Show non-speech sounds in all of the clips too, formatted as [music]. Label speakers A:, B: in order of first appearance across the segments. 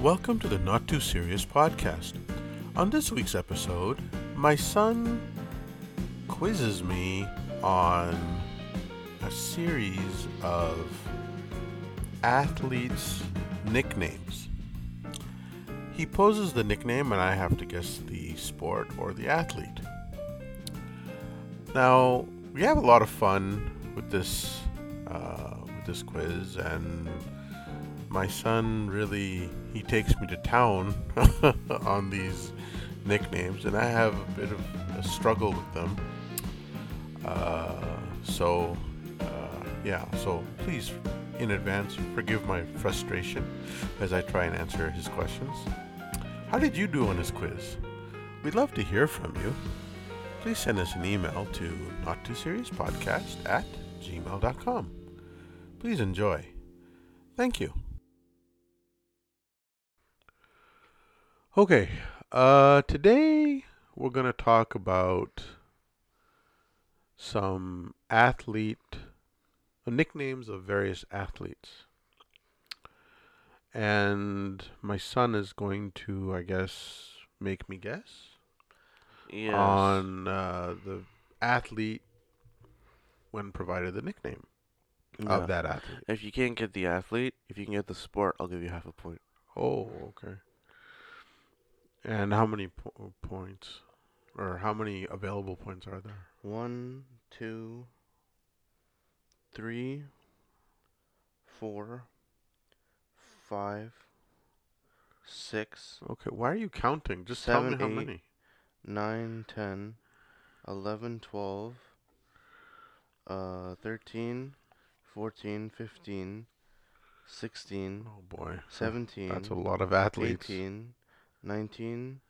A: Welcome to the Not Too Serious podcast. On this week's episode, my son quizzes me on a series of athletes' nicknames. He poses the nickname, and I have to guess the sport or the athlete. Now, we have a lot of fun with this uh, with this quiz, and my son really he takes me to town [laughs] on these nicknames, and I have a bit of a struggle with them. Uh, so, uh, yeah. So please, in advance, forgive my frustration as I try and answer his questions. How did you do on his quiz? We'd love to hear from you. Please send us an email to not too serious podcast at gmail.com. Please enjoy. Thank you. Okay, uh, today we're going to talk about some athlete uh, nicknames of various athletes. And my son is going to, I guess, make me guess
B: Yes.
A: on uh, the athlete when provided the nickname
B: Yeah.
A: of that athlete.
B: If you can't get the athlete, if you can get the sport, I'll give you half a point.
A: Oh, okay. And how many po- points, or how many available points are there?
B: One, two, three, four, five, six,
A: Okay, why are you counting? Just
B: Seven,
A: tell me
B: eight.
A: how many.
B: nine, ten, eleven, twelve, uh, thirteen, fourteen, fifteen, sixteen,
A: Oh boy,
B: seventeen.
A: that's a lot of athletes.
B: 18, 19,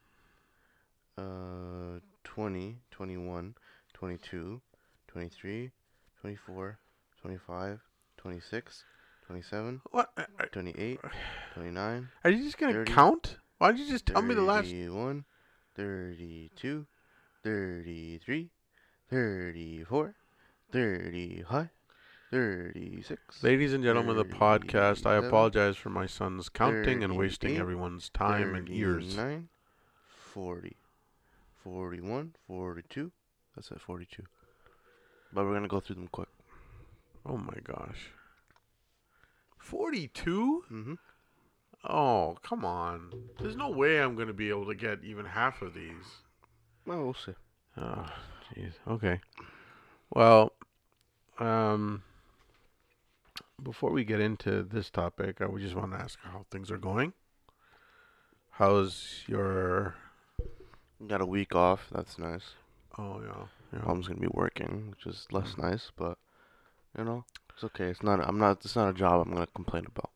B: uh, 20, 21, 22, 23, 24, 25, 26, 27,
A: What? Are- are-
B: 28, 29,
A: Are you just gonna
B: 30,
A: count? Why don't you just tell me the last?
B: 31, 32, 33, 34, 35, 36,
A: Ladies and gentlemen of the podcast, I
B: Thirty-seven,
A: apologize for my son's counting and wasting
B: thirty-eight,
A: everyone's time and ears.
B: 39, 40, 41, 42. That's at 42. But we're going to go through them quick.
A: Oh my gosh. 42?
B: Mm-hmm.
A: Oh, come on. There's no way I'm going to be able to get even half of these.
B: Well, we'll see.
A: Oh, jeez. Okay. Well, um, before we get into this topic, I would just want to ask how things are going. How's your.
B: We Got a week off. That's nice.
A: Oh, yeah. yeah. Mm-hmm.
B: Mom's going to be working, which is less nice, but you know, it's okay. It's not I'm not it's not a job I'm going to complain about.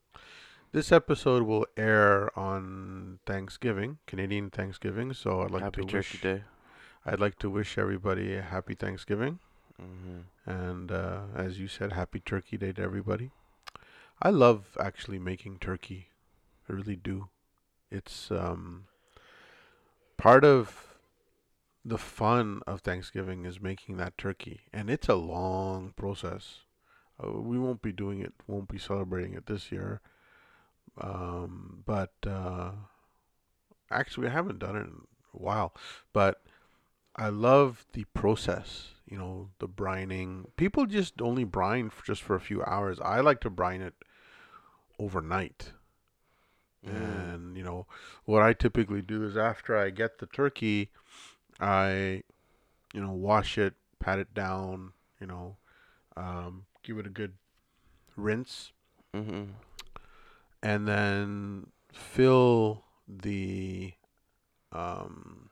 A: This episode will air on Thanksgiving, Canadian Thanksgiving. So I'd like
B: Happy
A: to
B: Turkey
A: wish
B: Day.
A: I'd like to wish everybody a happy Thanksgiving,
B: Mhm.
A: and uh, as you said, happy Turkey Day to everybody. I love actually making turkey, I really do. It's um, part of the fun of Thanksgiving is making that turkey, and it's a long process. Uh, we won't be doing it, won't be celebrating it this year, um, but uh, actually, I haven't done it in a while, but I love the process, you know, the brining. People just only brine for just for a few hours. I like to brine it overnight.
B: Mm.
A: And, you know, what I typically do is after I get the turkey, I, you know, wash it, pat it down, you know, um, give it a good rinse
B: Mhm.
A: and then fill the um,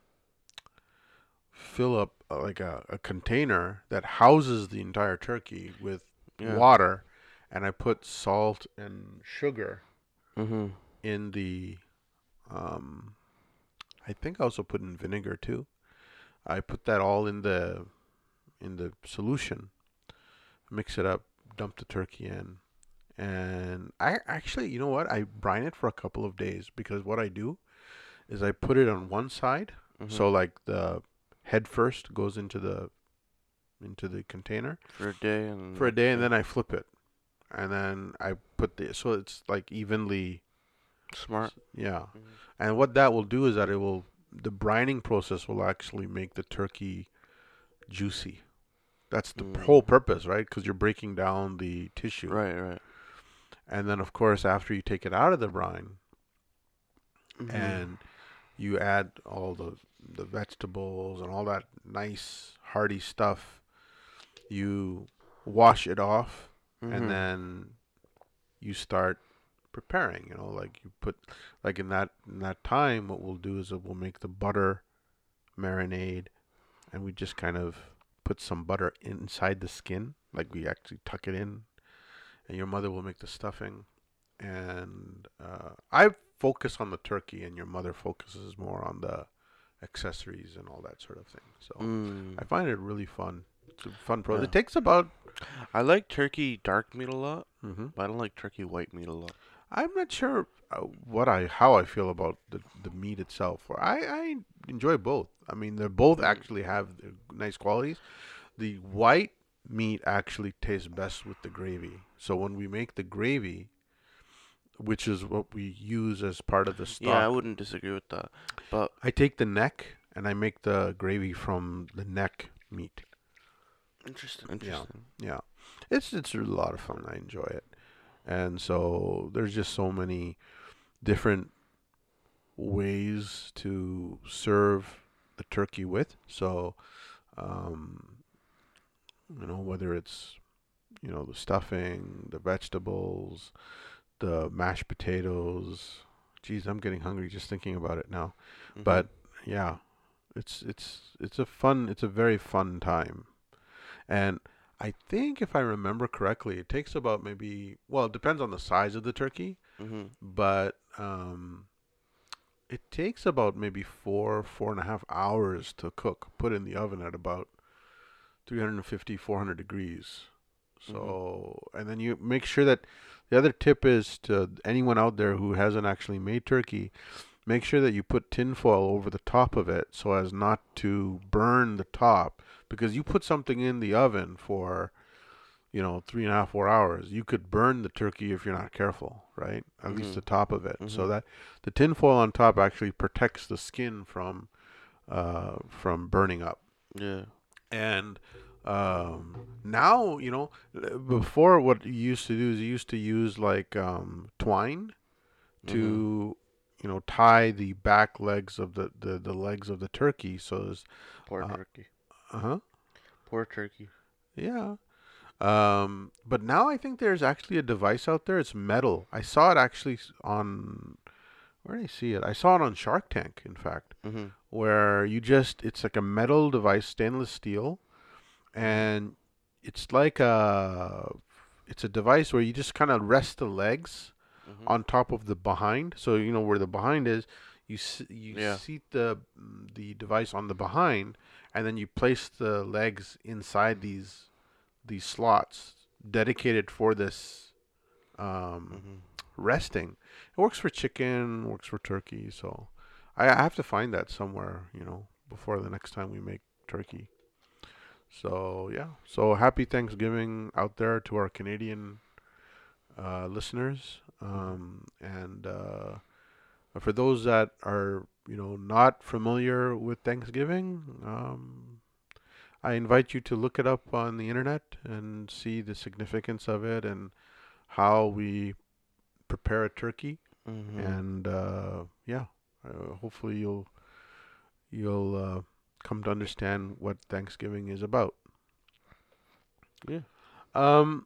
A: fill up uh, like a, a container that houses the entire turkey with
B: Yeah.
A: water and i put salt and sugar
B: Mhm.
A: in the um, i think i also put in vinegar too i put that all in the in the solution mix it up dump the turkey in and i actually you know what i brine it for a couple of days because what i do is i put it on one side
B: Mhm.
A: so like the head first goes into the into the container
B: for a day and
A: for a day and then I flip it. And then I put the so it's like evenly
B: Smart.
A: Yeah.
B: Mhm.
A: And what that will do is that it will the brining process will actually make the turkey juicy. That's the
B: Mm.
A: whole purpose, right? Because you're breaking down the tissue.
B: Right, right.
A: And then, of course, after you take it out of the brine
B: Mhm.
A: and you add all the the vegetables and all that nice hearty stuff, you wash it off,
B: Mhm.
A: and then you start preparing. You know, like you put like in that in that time, what we'll do is we'll make the butter marinade, and we just kind of put some butter inside the skin, like we actually tuck it in, and your mother will make the stuffing. And uh, I focus on the turkey, and your mother focuses more on the accessories and all that sort of thing. So
B: Mm.
A: I find it really fun. It's a fun process.
B: Yeah.
A: It takes about.
B: I like turkey dark meat a lot,
A: Mm-hmm.
B: but I don't like turkey white meat a lot.
A: I'm not sure uh, what I how I feel about the, the meat itself. Or I, I enjoy both. I mean, they both actually have their nice qualities. The white meat actually tastes best with the gravy. So when we make the gravy, which is what we use as part of the stock,
B: Yeah, I wouldn't disagree with that. But
A: I take the neck and I make the gravy from the neck meat.
B: interesting, interesting.
A: Yeah, it's it's a lot of fun. I enjoy it, and so there's just so many different ways to serve the turkey with. So, um, you know, whether it's you know the stuffing, the vegetables, the mashed potatoes. Geez, I'm getting hungry just thinking about it now.
B: Mhm.
A: But yeah, it's it's it's a fun it's a very fun time, and I think if I remember correctly, it takes about maybe well it depends on the size of the turkey,
B: Mhm.
A: but um, it takes about maybe four four and a half hours to cook. Put in the oven at about 350 400 degrees.
B: Mhm.
A: So and then you make sure that the other tip is to anyone out there who hasn't actually made turkey make sure that you put tinfoil over the top of it so as not to burn the top because you put something in the oven for you know three and a half four hours you could burn the turkey if you're not careful right at least
B: Mhm.
A: the top of it so
B: Mhm.
A: that the tinfoil on top actually protects the skin from uh, from burning up
B: yeah,
A: and um, now you know l- before what you used to do is you used to use like um, twine
B: Mhm.
A: to you know tie the back legs of the the, the legs of the turkey so it's
B: poor
A: uh,
B: turkey,
A: uh-huh
B: poor turkey.
A: yeah um but now i think there's actually a device out there it's metal i saw it actually s- on where did i see it i saw it on shark tank in fact
B: hmm
A: where you just it's like a metal device stainless steel and it's like a it's a device where you just kind of rest the legs
B: hmm
A: on top of the behind. So you know where the behind is. You s- you
B: Yeah.
A: seat the the device on the behind, and then you place the legs inside these these slots dedicated for this um,
B: hmm
A: resting. It works for chicken, works for turkey. So I, I have to find that somewhere, you know, before the next time we make turkey. So yeah, so happy Thanksgiving out there to our Canadian uh, listeners, um, and uh, for those that are you know not familiar with Thanksgiving. Um, I invite you to look it up on the internet and see the significance of it and how we prepare a turkey
B: hmm
A: and uh, yeah uh, hopefully you'll you'll uh, come to understand what thanksgiving is about
B: Yeah.
A: um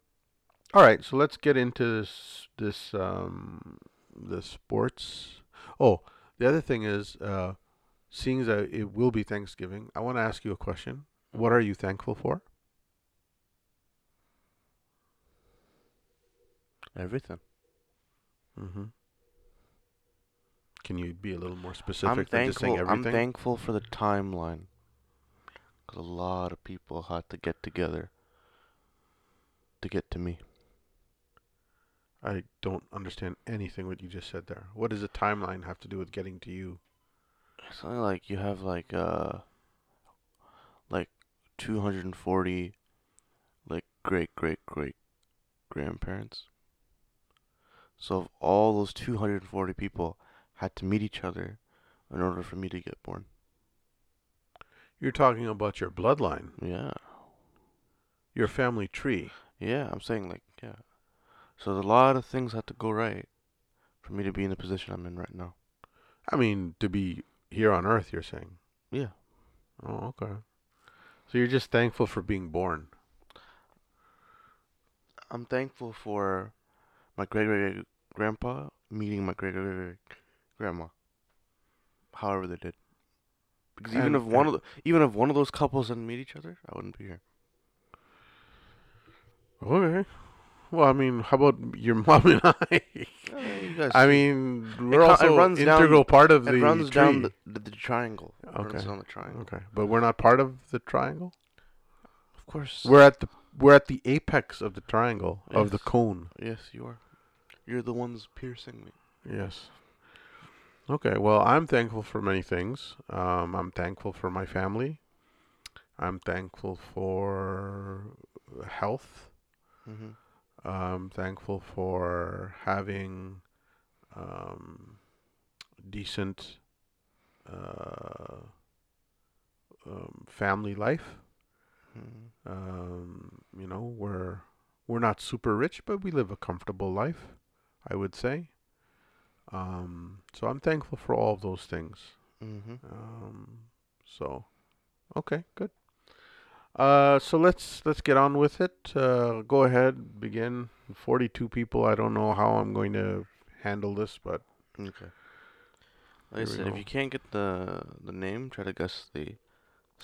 A: all right so let's get into this this um the sports oh the other thing is uh seeing as that it will be thanksgiving i want to ask you a question
B: Mm-hmm.
A: what are you thankful for
B: Everything.
A: mm-hmm. can you be a little more specific
B: I'm
A: than just saying
B: thankful. I'm
A: everything
B: thankful for the timeline, 'cause a lot of people had to get together to get to me.
A: I don't understand anything what you just said there. What does a timeline have to do with getting to you?
B: Something like you have like uh like 240 like great great great grandparents. So if all those 240 people had to meet each other in order for me to get born.
A: You're talking about your bloodline,
B: Yeah.
A: your family tree.
B: Yeah, I'm saying like, yeah. So there's a lot of things had to go right for me to be in the position I'm in right now.
A: I mean, to be here on Earth, you're saying.
B: Yeah.
A: Oh, okay. So you're just thankful for being born.
B: I'm thankful for my great great grandpa meeting my great great grandma. However they did. Because even
A: And-
B: if one of the, even if one of those couples didn't meet each other, I wouldn't be here.
A: Okay. Well, I mean, how about your [laughs] mom and I?
B: you guys
A: I
B: see.
A: mean, we're
B: co- it
A: also
B: runs down-
A: integral part of the
B: it runs
A: tree.
B: down the, the, the triangle. It runs
A: Okay.
B: down the triangle.
A: Okay, but we're not part of the triangle.
B: Of course.
A: We're at the we're at the apex of the triangle of the
B: Yes.
A: cone.
B: yes, you are. You're the ones piercing me.
A: Yes. Okay. Well, I'm thankful for many things. Um, I'm thankful for my family. I'm thankful for health. Mm-hmm.
B: hmm
A: I'm thankful for having um, decent uh, um, family life.
B: hmm
A: Mm-hmm. Um, you know, we're we're not super rich, but we live a comfortable life, I would say. Um, so I'm thankful for all of those things.
B: hmm
A: Um, so, okay, good. Uh, so let's let's get on with it. Uh, go ahead, begin. Forty-two people. I don't know how I'm going to handle this, but
B: Okay. Like I
A: Here we
B: said, if
A: go.
B: you can't get the the name, try to guess the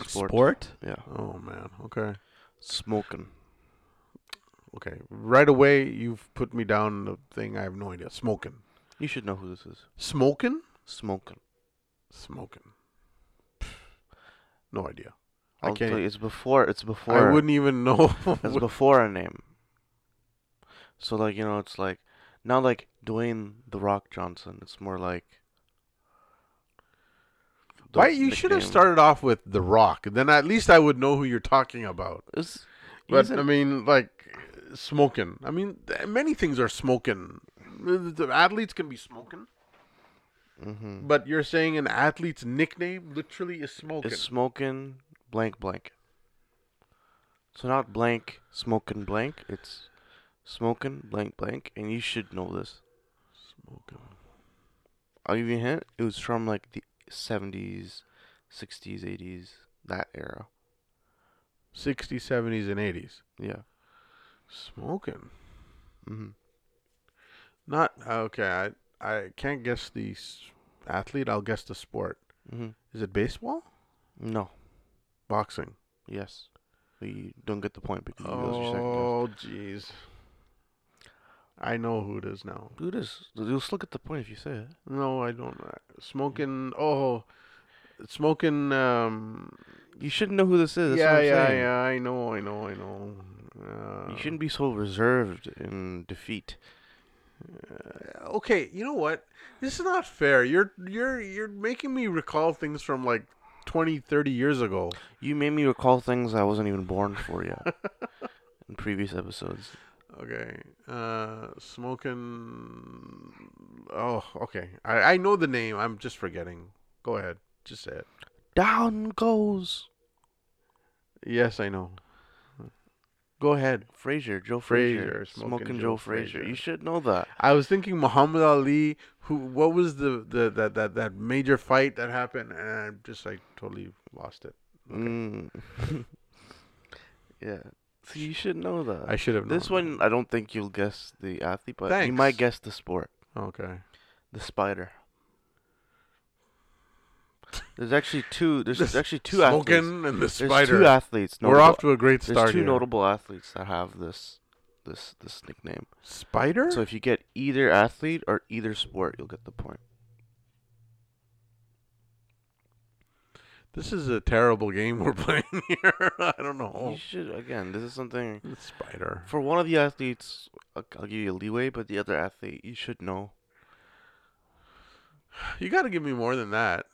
B: sport. Yeah.
A: oh man, okay,
B: Smoking.
A: okay. Right away, you've put me down the thing. I have no idea. Smoking,
B: You should know who this is.
A: smoking,
B: Smoking.
A: smoking. Pff, No idea. I
B: I'll tell
A: can't-
B: you, it's before. It's
A: I
B: before.
A: wouldn't even
B: [laughs]
A: know. [laughs]
B: It's before a name. So like you know, it's like not like Dwayne the Rock Johnson. It's more like. the
A: Why you should have
B: nickname.
A: started off with The Rock, then at least I would know who you're talking about.
B: It's, um,
A: But
B: he's a-
A: I mean, like smoking. I mean, th- many things are smoking. The the athletes can be smoking,
B: Mhm.
A: but you're saying an athlete's nickname literally is smoking.
B: It's smoking blank blank. So not blank smoking blank. It's smoking blank blank, and you should know this.
A: Smoking.
B: I'll give you a hint. It was from like the seventies, sixties, eighties, that era.
A: 60s, 70s, and 80s.
B: Yeah.
A: Smoking.
B: Mm-hmm.
A: Not okay. I I can't guess the s- athlete. I'll guess the sport.
B: Mm-hmm.
A: Is it baseball?
B: No.
A: Boxing.
B: Yes. But you don't get the point because you lost your second
A: Oh, jeez.
B: guess.
A: I know who it is now.
B: Do this. You'll still get the point if you say it.
A: No, I don't. Smoking. Oh, smoking. Um.
B: You shouldn't know who this is. That's
A: yeah,
B: what I'm
A: yeah,
B: saying.
A: yeah. I know, I know, I know. Uh,
B: You shouldn't be so reserved in defeat.
A: uh, okay, you know what? This is not fair. You're you're you're making me recall things from like 20, 30 years ago.
B: You made me recall things I wasn't even born for
A: [laughs]
B: yet in previous episodes.
A: Okay. Uh, smoking. Oh, okay. I I know the name. I'm just forgetting. Go ahead. Just say it.
B: Down goes
A: Yes, I know. Go ahead.
B: Frazier, Joe
A: Frazier,
B: Frazier, Smoking, Joe Frazier. You should know that.
A: I was thinking Muhammad Ali. Who? What was the, the that, that that major fight that happened? And I'm just like totally lost it. Okay.
B: Mm. [laughs] yeah. So you should know that.
A: I should have known.
B: this one, I don't think you'll guess the athlete, but you
A: Thanks.
B: might guess the sport.
A: Okay.
B: The spider.
A: [laughs]
B: There's actually two. There's
A: This
B: actually two
A: Smoking
B: athletes.
A: and the
B: There's
A: spider.
B: two athletes.
A: We're off
B: notable-
A: to a great
B: There's
A: start
B: two
A: here.
B: notable athletes that have this, this, this nickname.
A: Spider.
B: So if you get either athlete or either sport, you'll get the point.
A: this is a terrible game we're [laughs] playing here. I don't know.
B: You should again. This is something
A: The spider.
B: for one of the athletes. I'll, I'll give you a leeway, but the other athlete, you should know.
A: You got to give me more than that.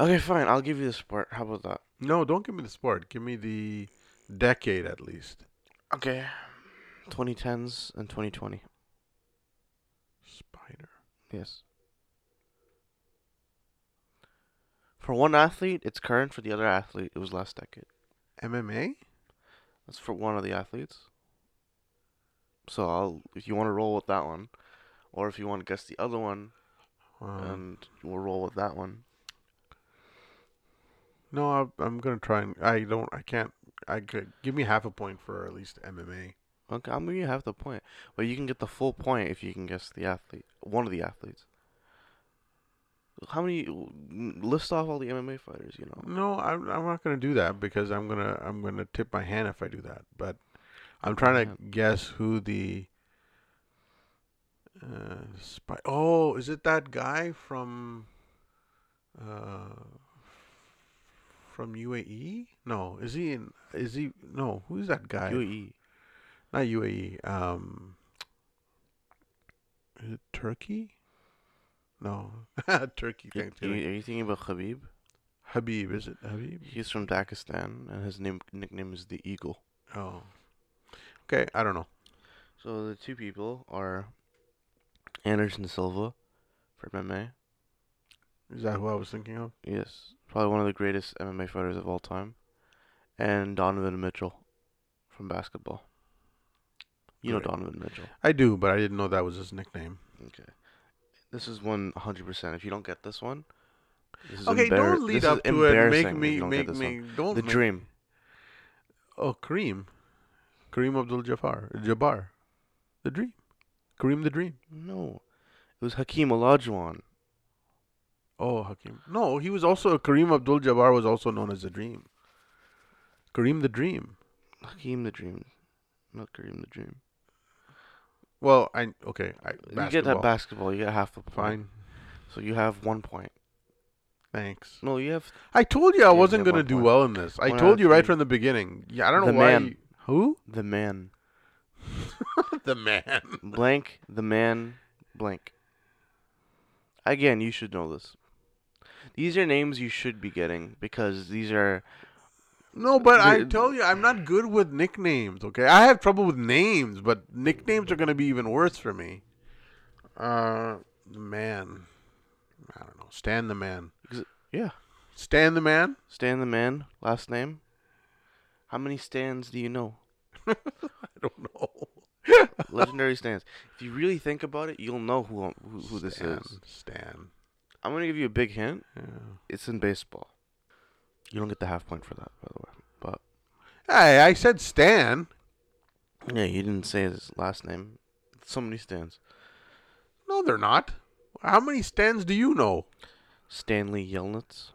B: Okay, fine. I'll give you the sport. How about that?
A: No, don't give me the sport. Give me the decade at least.
B: Okay. 2010s and 2020.
A: Spider.
B: Yes. For one athlete, it's current. For the other athlete, it was last decade.
A: MMA?
B: That's for one of the athletes. So I'll, if you want to roll with that one, or if you want to guess the other one,
A: Um,
B: and we'll roll with that one.
A: no, I, I'm gonna try and I don't. I can't. I could give me half a point for at least MMA.
B: Okay, I'm gonna have the point, but you can get the full point if you can guess the athlete, one of the athletes. How many? List off all the MMA fighters, you know.
A: No, I'm, I'm not gonna do that because I'm gonna I'm gonna tip my hand if I do that. But I'm trying to guess who the uh, spy. Oh, is it that guy from uh, from UAE? No, is he in? Is he no? Who's that guy?
B: UAE.
A: Not UAE. Um, is it Turkey? No, [laughs] Turkey.
B: You-
A: Thank
B: you-
A: you.
B: Are you thinking about Khabib?
A: Habib, is it Habib?
B: He's from Pakistan, and his name nickname is the Eagle.
A: Oh, okay. I don't know.
B: So the two people are Anderson Silva for MMA.
A: Is that who I was thinking of?
B: Yes, probably one of the greatest MMA fighters of all time, and Donovan Mitchell from basketball. You know
A: Great.
B: Donovan Mitchell.
A: I do, but I didn't know that was his nickname.
B: Okay. This is one hundred percent. If you don't get this one, this is
A: Okay,
B: embarrass-
A: don't lead
B: this is
A: up to it. Make
B: embarrassing if
A: me,
B: you don't get
A: make
B: this one.
A: me. Don't.
B: The
A: make-
B: dream.
A: Oh, Kareem, Kareem Abdul-Jabbar, Jabbar, the Dream, Kareem the Dream.
B: No, it was Hakeem Olajuwon.
A: Oh, Hakeem. No, he was also Kareem Abdul-Jabbar was also known as the Dream. Kareem the Dream.
B: Hakeem the Dream, not Kareem the Dream.
A: Well, I okay. I
B: You get
A: basketball.
B: that basketball. You get half the point.
A: Fine.
B: So you have one point.
A: Thanks.
B: No, you have
A: I told you I
B: Give me
A: wasn't gonna
B: one
A: do
B: point.
A: well in this. I
B: One out
A: told
B: of
A: you right
B: three.
A: from the beginning. Yeah, I don't know
B: The
A: why.
B: man.
A: you-
B: [laughs]
A: who?
B: the man.
A: the man.
B: Blank. The man. Blank. Again, you should know this. These are names you should be getting because these are
A: No, but I
B: The-
A: tell you, I'm not good with nicknames. Okay, I have trouble with names, but nicknames are gonna be even worse for me. Uh, the man. I don't know. Stan the man.
B: Ex- yeah.
A: Stan the man.
B: [laughs] Stan the man, last name. How many stands do
A: [laughs]
B: you know?
A: I don't [laughs] know.
B: Legendary stands. If you really think about it, you'll know who who, who this
A: Stan,
B: is.
A: Stan.
B: I'm gonna give you a big hint.
A: Yeah.
B: It's in baseball. You don't get the half point for that, by the way.
A: Hey, I said Stan.
B: Yeah, you didn't say his last name. So many stands.
A: No, they're not. How many Stans do you know?
B: Stanley Yelnats.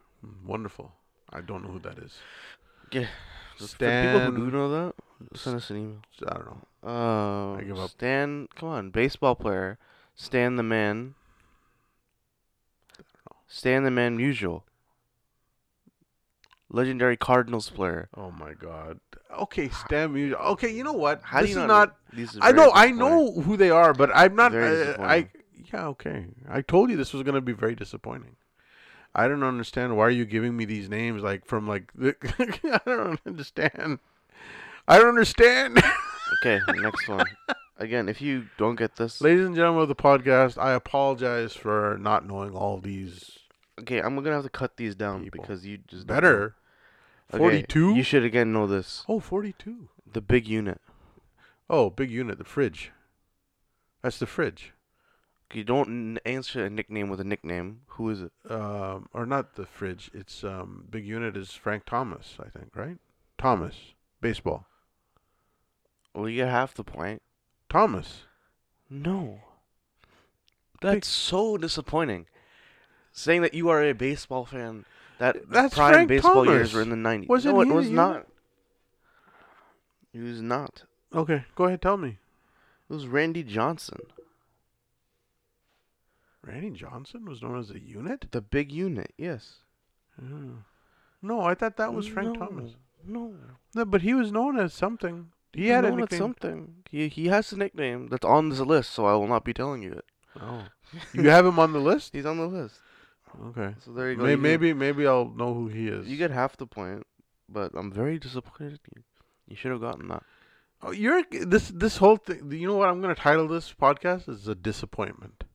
A: Wonderful. I don't know who that is.
B: Yeah. For
A: Stan.
B: people who do know that, send us an email.
A: I don't know.
B: Uh,
A: I give up.
B: Stan, come on, baseball player. Stan the man. Stan the man usual. Legendary Cardinals player.
A: Oh my god. Okay, Stan Musial. Okay, you know what?
B: How
A: this
B: do you
A: is
B: know
A: not.
B: These are
A: I
B: very
A: know. I
B: disappointing.
A: know who they are, but I'm not.
B: Very
A: Uh, I.
B: disappointing.
A: Yeah. Okay. I told you this was gonna be very disappointing. I don't understand why are you giving me these names like from like. [laughs] The, I don't understand. I don't understand. [laughs]
B: Okay, next one. Again, if you don't get this,
A: Ladies and gentlemen of the podcast, I apologize for not knowing all these
B: okay, I'm gonna have to cut these down
A: People.
B: because you just don't know.
A: better.
B: Okay,
A: 42?
B: You should again know this.
A: Oh, 42.
B: The big unit.
A: Oh, big unit, the fridge. That's the fridge.
B: You don't n- answer a nickname with a nickname. Who is it?
A: Um, or not the fridge. It's um, big unit is Frank Thomas, I think, right? Thomas, baseball.
B: Well, you get half the point.
A: Thomas.
B: No. That's so disappointing. Saying that you are a baseball fan, that
A: That's
B: prime
A: Frank
B: baseball years
A: Thomas.
B: were in the 90s.
A: Wasn't
B: no, it
A: he
B: was
A: the
B: not. It was not.
A: Okay, go ahead, tell me.
B: It was Randy Johnson,
A: Randy Johnson was known as a unit.
B: the big unit. Yes.
A: Mm. No, I thought that was Frank
B: Hmm. No,
A: Thomas.
B: No.
A: No, but he was known as something. He
B: He's
A: had a
B: known as
A: nickname.
B: something. He he has a nickname that's on this list, so I will not be telling
A: [laughs]
B: you it.
A: Oh, you have him on the
B: [laughs]
A: list.
B: He's on the list.
A: Okay.
B: So there you go.
A: May-
B: You get-
A: maybe, maybe I'll know who he is.
B: you get half the point, but I'm very disappointed in you. You should have gotten that.
A: Oh, you're this this whole thing. You know what I'm going to title this podcast is a disappointment.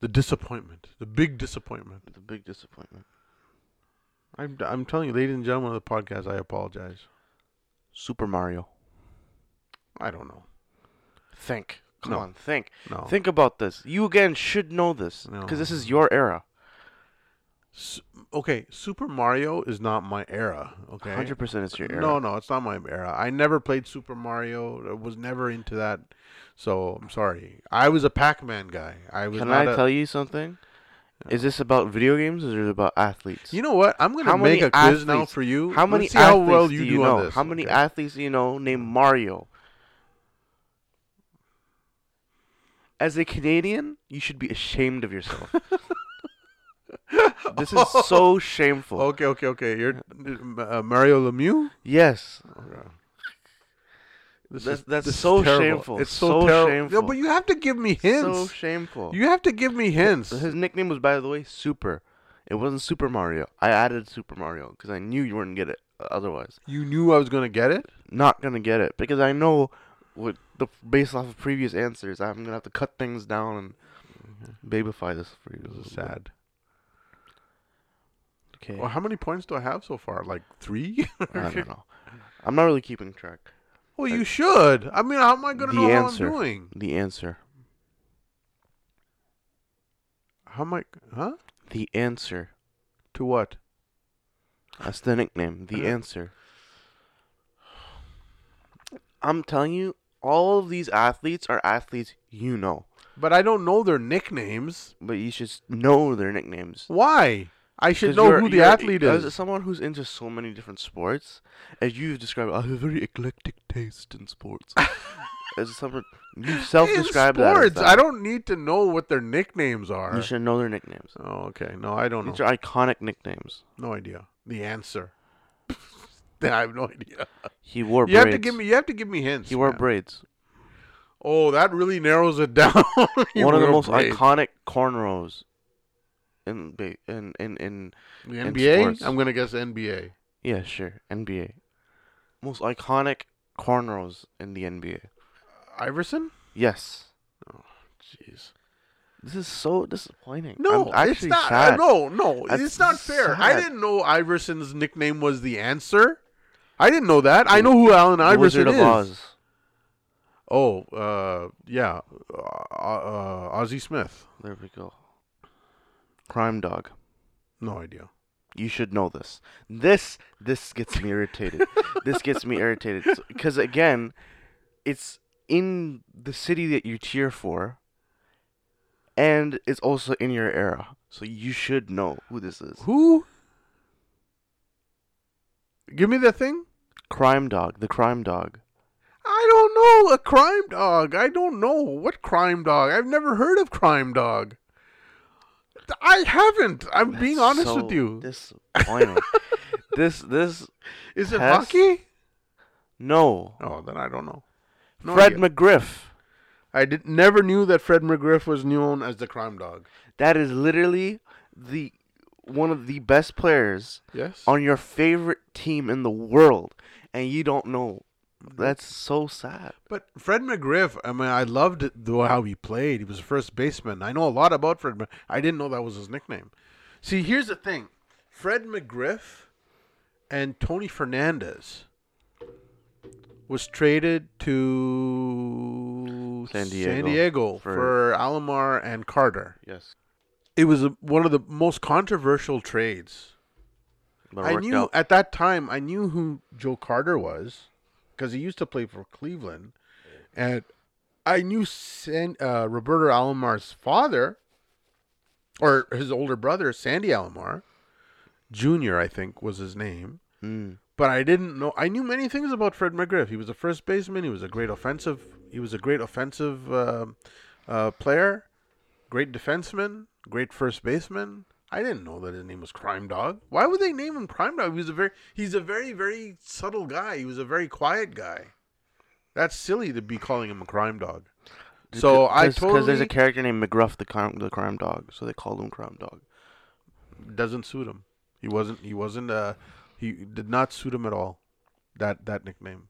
A: The disappointment, the big disappointment.
B: The big disappointment.
A: I'm, I'm telling you, ladies and gentlemen of the podcast, I apologize.
B: Super Mario.
A: I don't know.
B: Think. Come
A: No.
B: on, think.
A: No.
B: Think about this. You again should know this because this is your era.
A: S- okay, Super Mario is not my era. Okay.
B: Hundred percent, it's your era.
A: No, no, it's not my era. I never played Super Mario. I was never into that. So I'm sorry. I was a Pac-Man guy. I was
B: Can I
A: not a-
B: tell you something? Is this about video games or is it about athletes?
A: You know what? I'm gonna
B: How
A: make
B: many
A: a quiz now
B: athletes-
A: for you.
B: how
A: Let's
B: many
A: see how
B: athletes
A: well
B: do
A: you
B: you
A: do
B: know?
A: on this.
B: How many
A: okay?
B: athletes do you know named Mario? As a Canadian, you should be ashamed
A: [laughs]
B: of yourself. this is so shameful.
A: Okay, okay, okay. You're uh, Mario Lemieux.
B: Yes.
A: This
B: That's-
A: is-
B: that's
A: this is
B: so
A: terrible.
B: shameful.
A: It's so,
B: So
A: terrible.
B: shameful.
A: No, but you have to give me
B: So
A: hints.
B: shameful.
A: you have to give me hints.
B: His nickname was, by the way, Super. It wasn't Super Mario. I added Super Mario because I knew you wouldn't get it uh, otherwise.
A: You knew I was gonna get it.
B: Not gonna get it because I know what the based off of previous answers. I'm gonna have to cut things down and babyfy this for you. a
A: Mm-hmm. This is
B: little bit.
A: sad.
B: Okay.
A: Well, how many points do I have so far? Like three. [laughs]
B: I don't know. I'm not really keeping track.
A: well, you should. I mean, how am I gonna
B: The
A: know
B: answer.
A: how I'm doing?
B: The answer.
A: How am I? Huh?
B: The answer.
A: To what?
B: That's the nickname. The
A: Yeah.
B: answer. I'm telling you, all of these athletes are athletes you know,
A: But I don't know their nicknames.
B: but you should s- know their nicknames.
A: Why? I
B: 'Cause
A: should know
B: you're-
A: who the
B: you're- uh,
A: athlete
B: As
A: is.
B: someone who's into so many different sports, as you've described, I have a very eclectic taste in sports.
A: [laughs]
B: as someone you self-described
A: In
B: that as
A: sports.
B: that.
A: I don't need to know what their nicknames are.
B: You should know their nicknames.
A: Oh, okay. No, I don't know.
B: These are iconic nicknames.
A: No idea. The answer. [laughs] I have no idea.
B: He wore
A: You have
B: braids.
A: to give me. You have to give me hints.
B: He wore
A: man.
B: braids.
A: Oh, that really narrows it [laughs] down. He
B: One of the
A: wore
B: most
A: braids.
B: iconic cornrows in ba- in in in
A: The
B: in
A: NBA.
B: sports.
A: I'm gonna guess NBA.
B: yeah, sure, NBA. Most iconic cornrows in the NBA.
A: Iverson.
B: Yes.
A: Jeez.
B: This is so disappointing.
A: No,
B: I'm actually
A: it's not. uh,
B: sad.
A: No, no,
B: That's
A: it's not fair. I
B: sad.
A: didn't know Iverson's nickname was the answer. I didn't know that. I know who Allen
B: The
A: Iverson
B: Wizard of
A: is.
B: Oz.
A: Oh, uh, yeah, uh, uh, Ozzie Smith.
B: There we go. Crime Dog.
A: No idea.
B: You should know this. This this gets
A: [laughs]
B: me irritated. this gets me irritated because again, it's in the city that you cheer for, and it's also in your era, so you should know who this is.
A: Who? Give me the thing.
B: Crime Dog, the Crime Dog.
A: I don't know. A crime dog. I don't know. What crime dog? I've never heard of crime dog. I haven't. I'm being
B: That's
A: honest
B: so
A: with you. [laughs]
B: Disappointing. this this
A: Is it
B: Hess?
A: hockey?
B: no.
A: Oh, then I don't know. No
B: Fred
A: idea.
B: McGriff.
A: I did, never knew that Fred McGriff was known as the crime dog.
B: That is literally the one of the best players
A: Yes.
B: on your favorite team in the world and you don't know. That's so sad.
A: But Fred McGriff, I mean, I loved it, though how he played. He was a first baseman. I know a lot about Fred. Mc- I didn't know that was his nickname. See, here's the thing: Fred McGriff and Tony Fernandez was traded to
B: San Diego
A: Diego
B: for-
A: for Alomar and Carter.
B: Yes.
A: It was a, one of the most controversial trades
B: But it
A: I
B: worked
A: knew
B: out.
A: at that time. I knew who Joe Carter was because he used to play for Cleveland, and I knew San, uh, Roberto Alomar's father, or his older brother Sandy Alomar, Junior, I think was his name.
B: Mm.
A: But I didn't know. I knew many things about Fred McGriff. He was a first baseman. He was a great offensive. He was a great offensive uh, uh, player, great defenseman, great first baseman. I didn't know that his name was Crime Dog. Why would they name him Crime Dog? He was a very he's a very very subtle guy. He was a very quiet guy. That's silly to be calling him a crime dog. So I
B: because there's a
A: totally
B: character named McGruff, the crime, the crime dog, so they called him Crime Dog.
A: doesn't suit him. He wasn't he wasn't uh he did not suit him at all. That that nickname.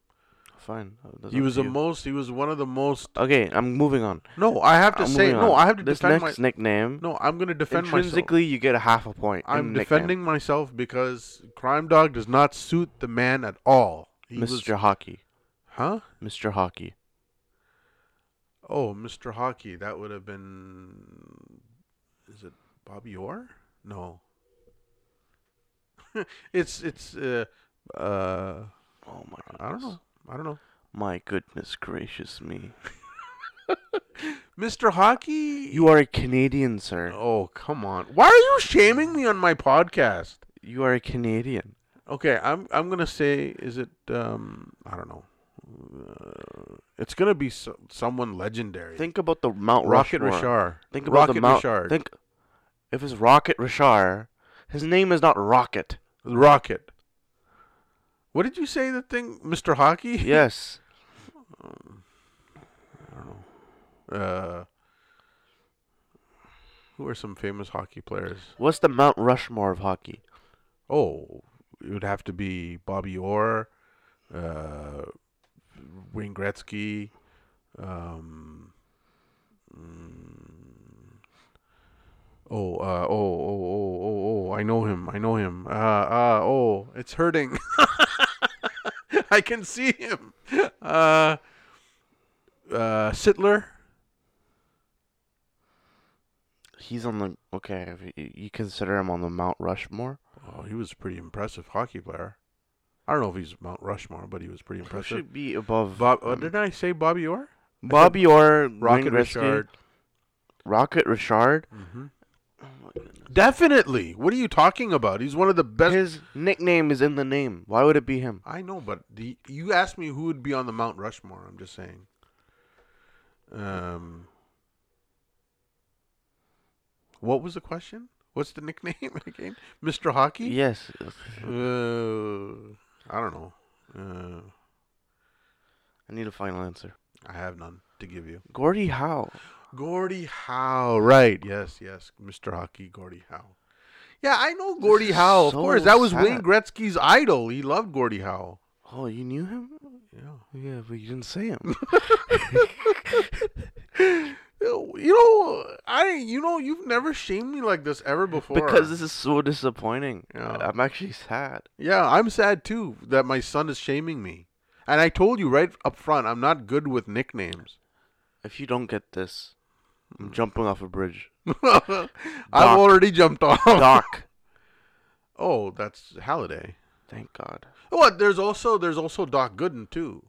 B: fine. Uh, that's
A: He
B: up
A: was
B: to
A: the
B: you.
A: most. He was one of the most.
B: Okay, I'm moving on.
A: No, I have to
B: I'm
A: say
B: moving
A: no.
B: on.
A: I have to
B: this
A: defend my.
B: next nickname.
A: No, I'm gonna defend myself.
B: intrinsically, you get a half a point. in
A: I'm
B: nickname.
A: defending myself because Crime Dog does not suit the man at all. He was-
B: Mr. Hockey.
A: huh?
B: Mr. Hockey.
A: Oh, Mr. Hockey. That would have been. Is it Bobby Orr? No. [laughs] it's it's uh uh
B: Oh my goodness.
A: I don't know. I don't know.
B: My goodness gracious me.
A: Mr. Hockey.
B: You are a Canadian, sir.
A: Oh come on! Why are you shaming me on my podcast?
B: You are a Canadian.
A: Okay, I'm I'm gonna say, is it? Um, I don't know. Uh, it's gonna be so, someone legendary.
B: Think about the Mount
A: Rocket
B: Rushmore.
A: Richard.
B: Think about the
A: Rocket
B: Mount.
A: Richard.
B: Think if it's Rocket Richard, his name is
A: [laughs]
B: not Rocket.
A: Rocket. What did you say? The thing, Mr. Hockey.
B: yes.
A: [laughs] Uh, who are some famous hockey players?
B: What's the Mount Rushmore of hockey?
A: Oh, it would have to be Bobby Orr, uh, Wayne Gretzky, um, mm, oh, uh, oh, oh, oh, oh, oh, I know him, I know him. Uh, uh, oh, it's hurting. [laughs] I can see him. Uh, uh, Sittler.
B: He's on the okay. If y- y- you consider him on the Mount Rushmore,
A: Oh, he was a pretty impressive hockey player. I don't know if he's Mount Rushmore, but he was pretty
B: he
A: impressive.
B: should be above
A: Bob, uh,
B: um,
A: didn't I say Bobby Orr?
B: Bobby Orr,
A: Rocket
B: Wayne Gretzky,
A: Richard.
B: Rocket Richard.
A: Mhm.
B: Oh my goodness.
A: Definitely. What are you talking about? He's one of the best.
B: His nickname is in the name. Why would it be him?
A: I know, but the, you asked me who would be on the Mount Rushmore. I'm just saying. Um, what was the question? What's the [laughs] nickname again? Mr. Hockey?
B: Yes,
A: Uh, I don't know. Uh,
B: I need a final answer.
A: I have none to give you.
B: Gordie Howe.
A: Gordie Howe, right? Yes, yes, Mr. Hockey, Gordie Howe. Yeah, I know Gordie
B: is
A: Howe.
B: so
A: of course, that was Wayne
B: sad.
A: Gretzky's idol. He loved Gordie Howe.
B: Oh, you knew him?
A: Yeah.
B: Yeah, but you didn't say him. [laughs]
A: You know, I you know you've never shamed me like this ever before.
B: because this is so disappointing.
A: Yeah.
B: I'm actually sad.
A: yeah, I'm sad too that my son is shaming me. And I told you right up front, I'm not good with nicknames. [laughs]
B: If you don't get this, I'm jumping off a [laughs] bridge.
A: I've
B: Doc.
A: already jumped off.
B: Doc. [laughs]
A: Oh, that's Halliday.
B: Thank God.
A: What? There's also there's also Doc Gooden too.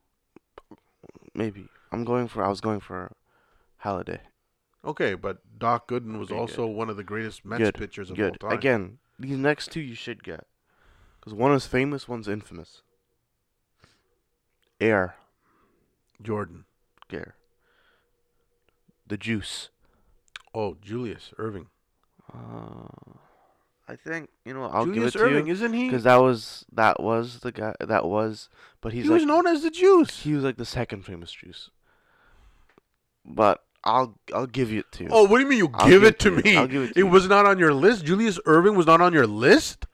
B: Maybe. I'm going for I was going for Halliday.
A: Okay, but Doc Gooden was
B: Okay,
A: also one of the greatest Mets
B: Good.
A: pitchers of
B: Good.
A: all time.
B: Again, these next two you should get. Because one is famous, one's infamous. Air.
A: Jordan.
B: Air. The juice.
A: Oh, Julius Irving.
B: Uh, I think you know. I'll
A: Julius
B: give it to
A: Irving,
B: you
A: isn't he?
B: because that was that was the guy that was, but he's
A: he
B: like
A: was known as the Juice.
B: he was like the second famous juice. But I'll I'll give it to you.
A: Oh, what do you mean you
B: I'll
A: give it to
B: you.
A: me?
B: I'll give it to
A: It
B: you.
A: was not on your list. Julius Irving was not on your list.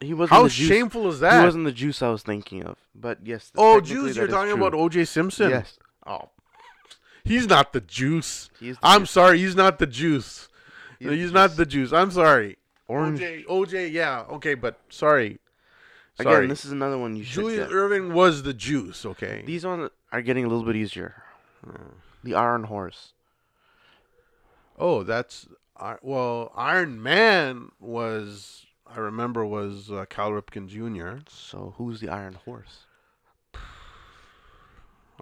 B: he wasn't
A: How
B: the juice.
A: shameful is
B: He
A: that?
B: wasn't the juice I was thinking of. But yes.
A: Oh,
B: technically
A: Juice,
B: that
A: you're
B: is
A: talking
B: true.
A: about O.J. Simpson.
B: Yes.
A: Oh, he's not the Juice.
B: He is the
A: I'm
B: juice.
A: sorry, he's not the Juice.
B: He is
A: he's
B: the
A: not
B: juice.
A: the Juice. I'm sorry.
B: Orange.
A: O.J. O.J. Yeah. Okay, but sorry.
B: Again,
A: Sorry.
B: this is another one you should
A: Julius
B: get.
A: Irving was the Juice. Okay.
B: These ones are getting a little bit easier.
A: Hmm.
B: The Iron Horse.
A: Oh, that's I- well. Iron Man was I remember was uh, Cal Ripken Jr.
B: So who's the Iron Horse?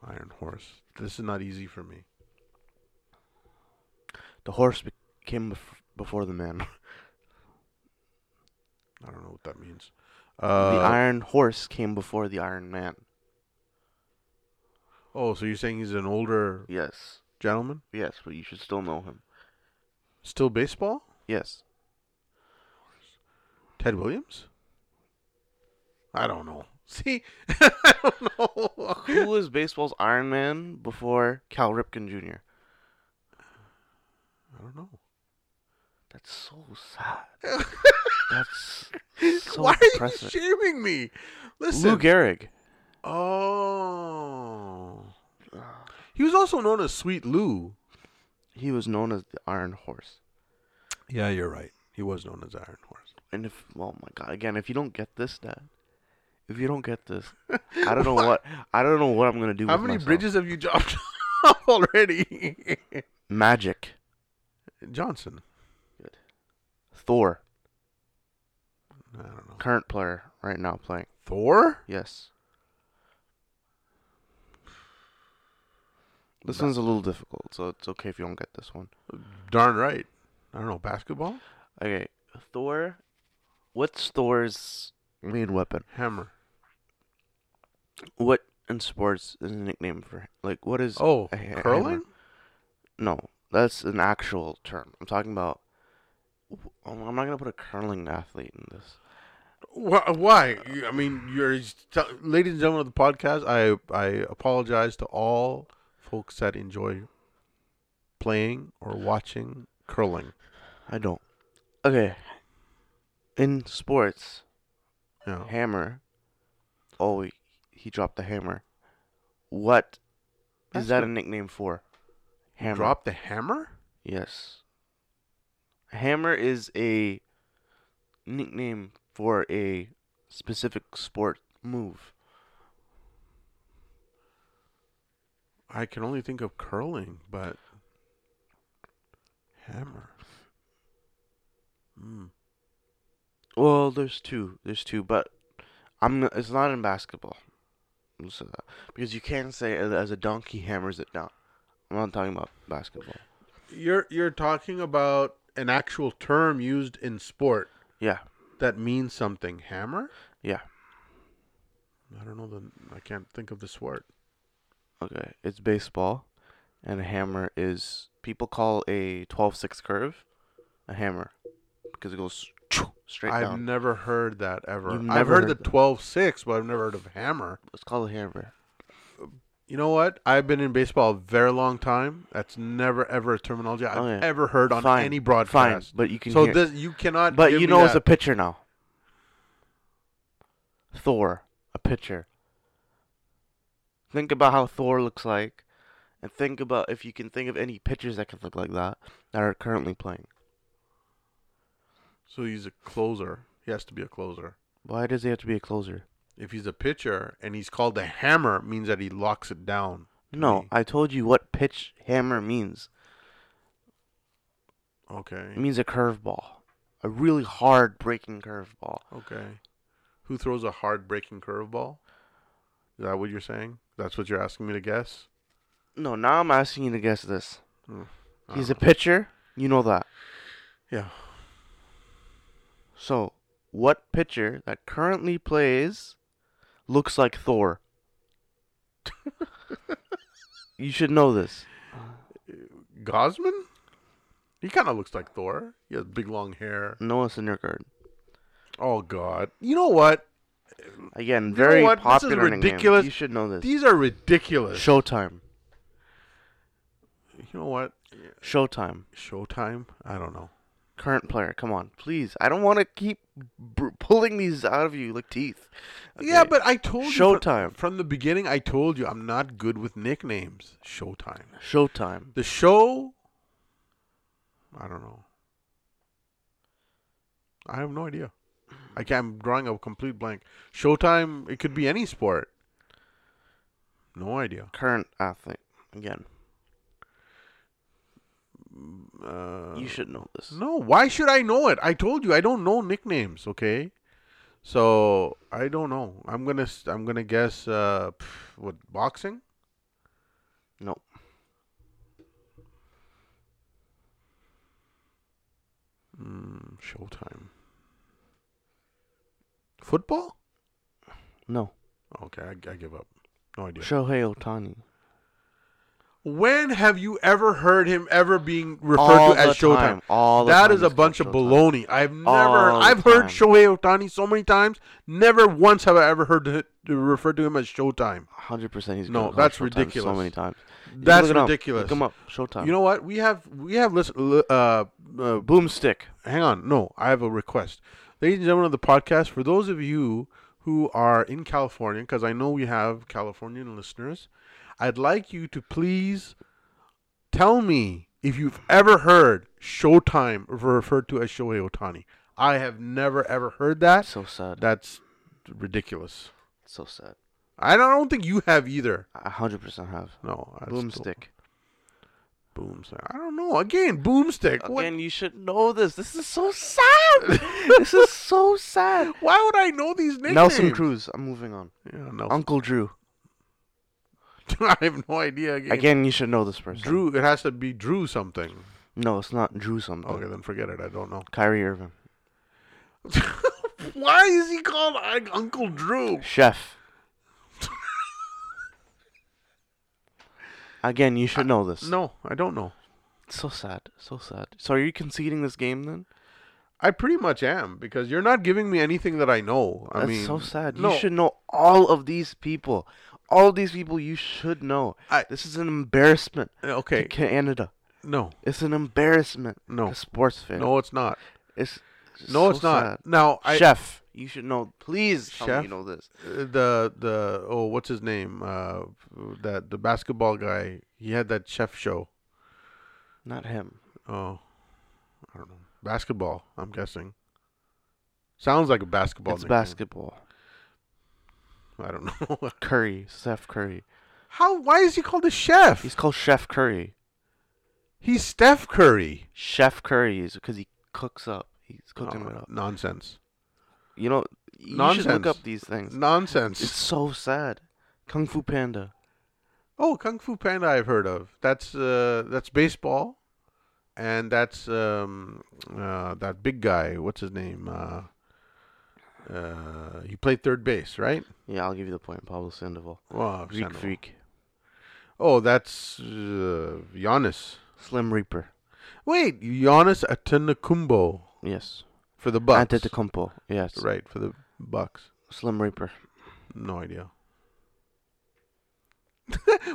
A: Iron Horse. This is not easy for me.
B: The horse be- came bef- before the man. [laughs]
A: I don't know what that means. Uh,
B: the Iron Horse came before the Iron Man.
A: oh, so you're saying he's an older
B: Yes.
A: gentleman?
B: Yes, but you should still know him.
A: Still baseball?
B: Yes.
A: Ted Williams? I don't know. [laughs] See, I don't know.
B: [laughs]
A: [laughs]
B: Who was baseball's Iron Man before Cal Ripken Jr.?
A: I don't know.
B: That's so sad.
A: [laughs]
B: That's so
A: Why are
B: depressing.
A: you shaming me? Listen.
B: Lou Gehrig.
A: oh. He was also known as Sweet Lou.
B: He was known as the Iron Horse.
A: Yeah, you're right. He was known as Iron Horse.
B: And if, oh my God, again, if you don't get this, Dad, if you don't get this, I don't
A: [laughs]
B: know what, I don't know what I'm gonna do.
A: How
B: with
A: many
B: myself.
A: bridges have you dropped [laughs] off already?
B: Magic,
A: Johnson.
B: Thor,
A: I don't know.
B: current player right now playing.
A: Thor?
B: Yes. This
A: No.
B: one's a little difficult, so it's okay if you don't get this one.
A: Darn right. I don't know. Basketball?
B: Okay, Thor. What's Thor's main weapon?
A: Hammer.
B: What in sports is a nickname for? Like, what is?
A: Oh,
B: a ha-
A: curling?
B: hammer? No, that's an actual term. I'm talking about. I'm I'm not gonna put a curling athlete in this.
A: Wh- Why? You- I mean, you're t- ladies and gentlemen of the podcast. I I apologize to all folks that enjoy playing or watching curling.
B: I don't. Okay. In sports,
A: Yeah.
B: hammer. Oh, he, he dropped the hammer. What is
A: That's
B: that
A: not-
B: a nickname for? Hammer.
A: Drop the hammer?
B: Yes. Hammer is a nickname for a specific sport move.
A: I can only think of curling, but hammer. Hmm.
B: Well, there's two. There's two, but I'm. n- It's not in basketball. So that, because you can say as- as a donkey hammers it down. I'm not talking about basketball.
A: You're you're talking about an actual term used in sport
B: Yeah.
A: that means something. Hammer?
B: Yeah.
A: I don't know the. I can't think of the sport.
B: Okay. It's baseball, and a hammer is people call a 12-6 curve a hammer because it goes [sniffs] straight
A: I've
B: down.
A: never heard that ever.
B: You've
A: I've
B: never
A: heard,
B: heard
A: the
B: that.
A: 12 6, but I've never heard of hammer.
B: It's called a hammer.
A: You know what? I've been in baseball a very long time. That's never, ever a terminology I've
B: Oh, yeah.
A: ever heard on
B: Fine,
A: any
B: Fine,
A: broadcast.
B: but you can
A: so
B: hear.
A: this you cannot.
B: but
A: give
B: you
A: me
B: know, it's a
A: that.
B: pitcher now. Thor, a pitcher. Think about how Thor looks like, and think about if you can think of any pitchers that could look like that that are currently playing.
A: so he's a closer. He has to be a closer.
B: Why does he have to be a closer?
A: If he's a pitcher and he's called the hammer, it means that he locks it down. to
B: No,
A: me.
B: I told you what pitch hammer means.
A: Okay.
B: It means a curveball, a really hard breaking curveball.
A: Okay. Who throws a hard breaking curveball? Is that what you're saying? That's what you're asking me to guess?
B: No, now I'm asking you to guess this.
A: I
B: He's a
A: don't
B: pitcher. You know that.
A: know. yeah.
B: So, what pitcher that currently plays looks
A: [laughs]
B: like Thor? you should know this.
A: Gosman? He kind of looks like Thor. He has big long hair.
B: Noah Syndergaard.
A: Oh God! You know what?
B: Again,
A: know
B: very
A: what? This is
B: popular nickname.
A: ridiculous.
B: You should know this.
A: These are ridiculous.
B: Showtime.
A: you know what?
B: Showtime.
A: Showtime. I don't know.
B: Current player. Come on, please. I don't want to keep br- pulling these out of you like teeth.
A: Yeah,
B: Okay.
A: but I told you from-
B: Showtime.
A: from the beginning. I told you I'm not good with nicknames. Showtime.
B: Showtime.
A: The show. I don't know. I have no idea. I can't, I'm drawing a complete blank. Showtime. It could be any sport. No idea.
B: Current athlete. Again,
A: Uh,
B: you should know this.
A: No, why should I know it? I told you I don't know nicknames, okay? So, I don't know. I'm going to I'm going to guess uh pff, what boxing?
B: No.
A: Mm, showtime. Football?
B: No.
A: Okay, I, I give up. No idea.
B: Shohei Otani.
A: When have you ever heard him ever being referred to as Showtime?
B: All the
A: That
B: time
A: is a
B: it's called
A: bunch of
B: Showtime.
A: baloney. I've never.
B: All the
A: I've heard
B: time.
A: Shohei Otani so many times. Never once have I ever heard it referred to him as Showtime.
B: hundred percent. He's
A: No,
B: gonna call
A: that's
B: Showtime So
A: ridiculous.
B: many times. You can
A: That's
B: look it up.
A: ridiculous.
B: Look him up. Showtime.
A: You know what? We have we have listen. li- Uh, uh,
B: Boomstick.
A: hang on. No, I have a request, ladies and gentlemen of the podcast. For those of you who are in California, because I know we have Californian listeners, I'd like you to please tell me if you've ever heard Showtime referred to as Shohei Otani. I have never ever heard that.
B: So sad.
A: That's ridiculous.
B: so sad.
A: I don't- I don't think you have either.
B: I hundred percent have.
A: No, I still-
B: Boomstick.
A: Boomstick. I don't know. Again, boomstick. What?
B: Again, you should know this. This is
A: [laughs]
B: so sad. this is so sad.
A: Why would I know these nicknames?
B: Nelson Cruz. Um, I'm moving on.
A: Yeah, Nelson.
B: Uncle Drew.
A: [laughs] I have no idea. Again.
B: Again, you should know this person.
A: Drew. It has to be Drew something.
B: No, it's not Drew something.
A: Okay, then forget it. I don't
B: [laughs]
A: know.
B: Kyrie Irving.
A: Why is he called like, Uncle Drew? [laughs]
B: Chef. Again, you should know this.
A: No, I don't know.
B: So sad. So sad. So are you conceding this game then?
A: I pretty much am because you're not giving me anything that I know. I
B: That's
A: mean,
B: so sad.
A: no.
B: You should know all of these people. All these people you should know.
A: I-
B: this is an embarrassment to
A: Okay,
B: Canada.
A: no,
B: It's an embarrassment
A: No.
B: to sports fans.
A: no, it's not.
B: it's it's
A: No,
B: so
A: it's not.
B: sad.
A: Now, I
B: Chef, you should know. Please tell me
A: Chef?
B: you know this.
A: the the oh, what's his name? Uh, that the basketball guy. He had that chef show.
B: Not him.
A: Oh, I don't know. Basketball. I'm guessing. Sounds like a basketball.
B: it's
A: nickname.
B: basketball.
A: I don't [laughs] know.
B: Curry, Steph Curry.
A: How? Why is he called a chef?
B: He's
A: He's,
B: called Chef Curry.
A: Steph Curry.
B: Chef Curry is because he cooks up. He's cooking
A: Oh,
B: it up.
A: Nonsense.
B: You know, you should
A: Nonsense.
B: look up these things.
A: Nonsense.
B: It's so sad. Kung Fu Panda.
A: Oh, Kung Fu Panda, I've heard of. That's uh, that's baseball, and that's um, uh, that big guy. What's his name? Uh, uh, he played third base, right?
B: Yeah, I'll give you the point. Pablo Sandoval.
A: Wow,
B: Greek
A: Sandoval.
B: Freak.
A: Oh, that's uh, Giannis.
B: Slim Reaper.
A: Wait, Giannis Antetokounmpo
B: Yes.
A: for the Bucks.
B: Antetokounmpo. Yes.
A: Right for the Bucks.
B: Slim Reaper.
A: No idea. [laughs]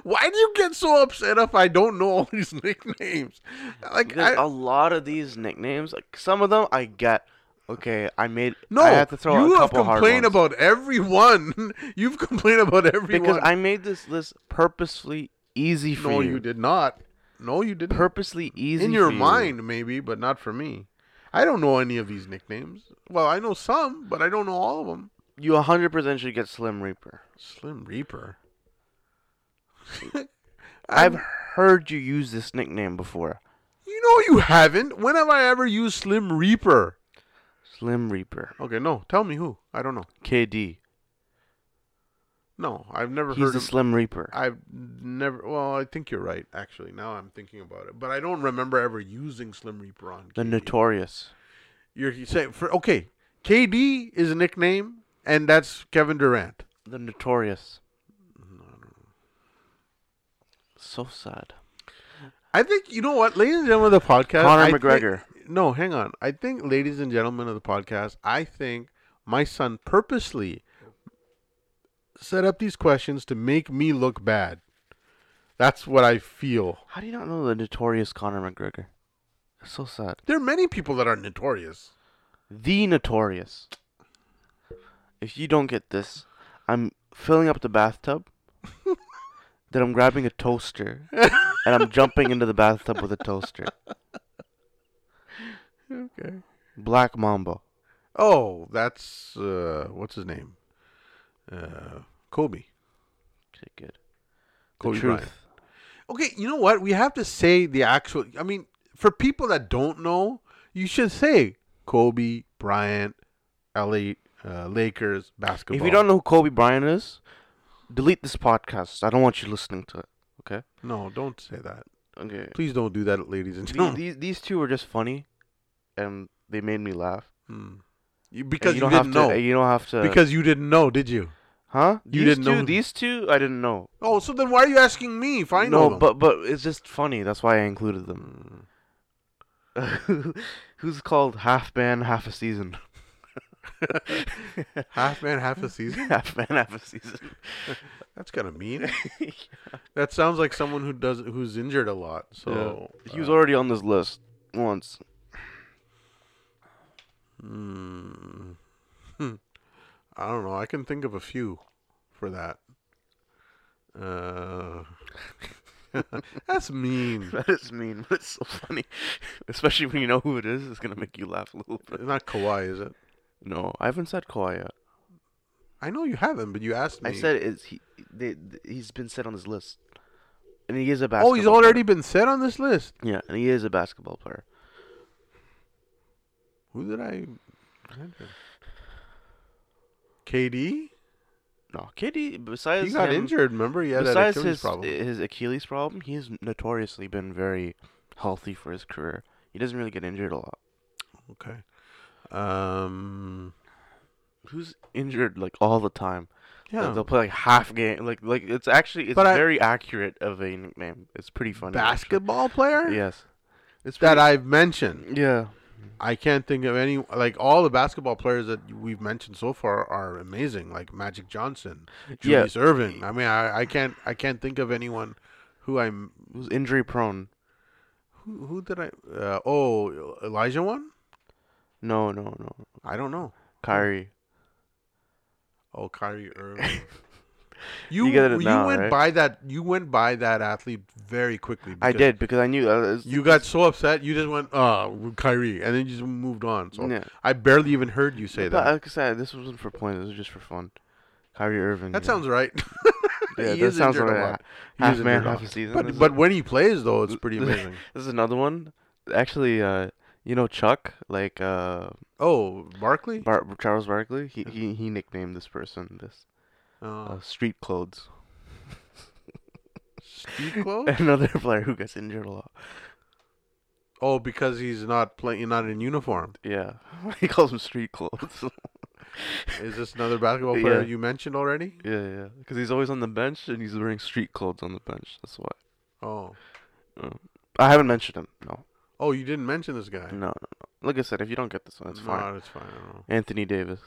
A: Why do you get so upset if I don't know all these [laughs] nicknames? Like
B: There's
A: I,
B: a lot of these nicknames. Like, some of them I get. Okay, I made.
A: No,
B: I had to throw out
A: you
B: a
A: have
B: couple hard
A: complained
B: ones.
A: about everyone. [laughs] You've complained about everyone.
B: because I made this list purposely easy for
A: no,
B: you.
A: you did not. No, you didn't.
B: Purposely easy
A: In your
B: for you.
A: mind, maybe, but not for me. I don't know any of these nicknames. Well, I know some, but I don't know all of them.
B: You 100% should get Slim Reaper.
A: Slim Reaper.
B: I've
A: I'm-
B: heard you use this nickname before.
A: You know you haven't. When have I ever used Slim Reaper?
B: Slim Reaper.
A: Okay, no. Tell me who. I don't know.
B: KD.
A: No, I've never
B: He's
A: heard
B: the
A: of.
B: Slim Reaper.
A: I've never. Well, I think you're right. Actually, now I'm thinking about it, but I don't remember ever using Slim Reaper on.
B: The
A: KD.
B: Notorious.
A: You're he- saying for okay, KD is a nickname, and that's Kevin Durant.
B: The Notorious. So sad.
A: I think you know what, ladies and gentlemen of the podcast.
B: Conor
A: I think-
B: McGregor.
A: no, hang on. I think, ladies and gentlemen of the podcast, I think my son purposely set up these questions to make me look bad. That's what I feel.
B: How do you not know the Notorious Conor McGregor? That's so sad.
A: There are many people that are notorious.
B: The Notorious. If you don't get this, I'm filling up the [laughs] bathtub. then I'm grabbing a toaster and I'm jumping into the bathtub with a toaster.
A: Okay.
B: Black Mambo.
A: Oh, that's uh, what's his name? Uh, Kobe.
B: Okay, good. The
A: Kobe
B: truth.
A: Bryant. Okay, you know what? We have to say the actual. I mean, for people that don't know, you should say Kobe Bryant, LA uh, Lakers basketball.
B: If you don't know who Kobe Bryant is, delete this podcast. I don't want you listening to it. Okay.
A: no, don't say that.
B: Okay.
A: Please don't do that, ladies and
B: These,
A: gentlemen.
B: these, these two were just funny, and they made me laugh.
A: Hmm. You-
B: And
A: Because you,
B: don't
A: didn't
B: have
A: know.
B: to, and You uh, don't have to.
A: because you didn't know, did you?
B: huh?
A: you
B: These
A: didn't
B: two,
A: know-
B: These two, I didn't know.
A: Oh, so then why are you asking me if I know
B: no,
A: them?
B: but but it's just funny. That's why I included them. [laughs]
A: Hmm.
B: Who's called half man, half a season? [laughs]
A: half man, half a season.
B: half man, half a season.
A: That's kind of mean.
B: [laughs]
A: That sounds like someone who does who's injured a lot. So
B: he was
A: uh,
B: already on this list once. [laughs]
A: [laughs] Mm. Hmm. I don't know. I can think of a few for that. Uh, [laughs] that's
B: [laughs]
A: mean.
B: That is mean, but it's so funny. [laughs] Especially when you know who it is, it's gonna make you laugh a little bit.
A: Not Kawhi, is it?
B: No, I haven't said Kawhi yet.
A: I know you haven't, but you asked me.
B: I said it's, he. They, th- he's been set on this list, and he is a basketball.
A: Oh, he's
B: player.
A: already been said on this list.
B: Yeah, and he is a basketball player.
A: Who did I? mention? KD.
B: No, Katie. Besides,
A: He got
B: him-
A: injured. Remember, he had that
B: besides
A: Achilles
B: his
A: problem.
B: his Achilles problem, he's notoriously been very healthy for his career. He doesn't really get injured a lot. uh,
A: Okay. Um.
B: Who's injured like all the time? Like,
A: Yeah.
B: they'll play like half game. Like like it's actually it's
A: But I-
B: very accurate of a nickname. It's pretty funny. actually.
A: basketball player
B: Yes. It's Mm-hmm.
A: that I've mentioned.
B: pretty- yeah.
A: I can't think of any like all the basketball players that we've mentioned so far are amazing, like Magic Johnson,
B: Yeah.
A: Julius Irving. I mean, I, I can't I can't think of anyone who I'm
B: Who's injury prone?
A: who, who did I uh, oh Elijah one?
B: No, no, no.
A: I don't know.
B: Kyrie.
A: Oh, Kyrie
B: [laughs]
A: Irving. You
B: You get it
A: you
B: now,
A: went
B: right?
A: by that you went by that athlete very quickly.
B: I
A: because
B: did because I knew. Uh, it's-
A: You got so upset, you just went, "Oh, Kyrie," and then you just moved on. So
B: Yeah.
A: I barely even heard you say
B: But
A: that.
B: Like I said, this wasn't for points. This was just for fun. Kyrie Irving.
A: That
B: yeah.
A: sounds right. [laughs]
B: Yeah,
A: He
B: that
A: is
B: sounds
A: injured a
B: right.
A: lot. He
B: half
A: is
B: man,
A: injured a
B: half a
A: lot.
B: season. This
A: But
B: is-
A: but when he plays though, it's pretty
B: this-
A: amazing.
B: This is another one. Actually, uh, you know Chuck, like uh,
A: Oh, Barkley.
B: Bar- Charles Barkley. He, he he nicknamed this person this
A: Uh,
B: uh, street clothes. [laughs]
A: Steve Close?
B: another player who gets injured a lot.
A: Oh, because he's not playing, not in uniform.
B: Yeah, [laughs] he calls him
A: [laughs]
B: street clothes. [laughs]
A: Is this another basketball player
B: Yeah.
A: you mentioned already?
B: yeah, yeah, because he's always on the bench and he's wearing street clothes on the bench. That's why.
A: Oh,
B: I haven't mentioned him. No,
A: oh, you didn't mention this guy.
B: no, no, no. Like I said, if you don't get this one, it's Mm, fine.
A: it's fine. I don't know.
B: Anthony Davis.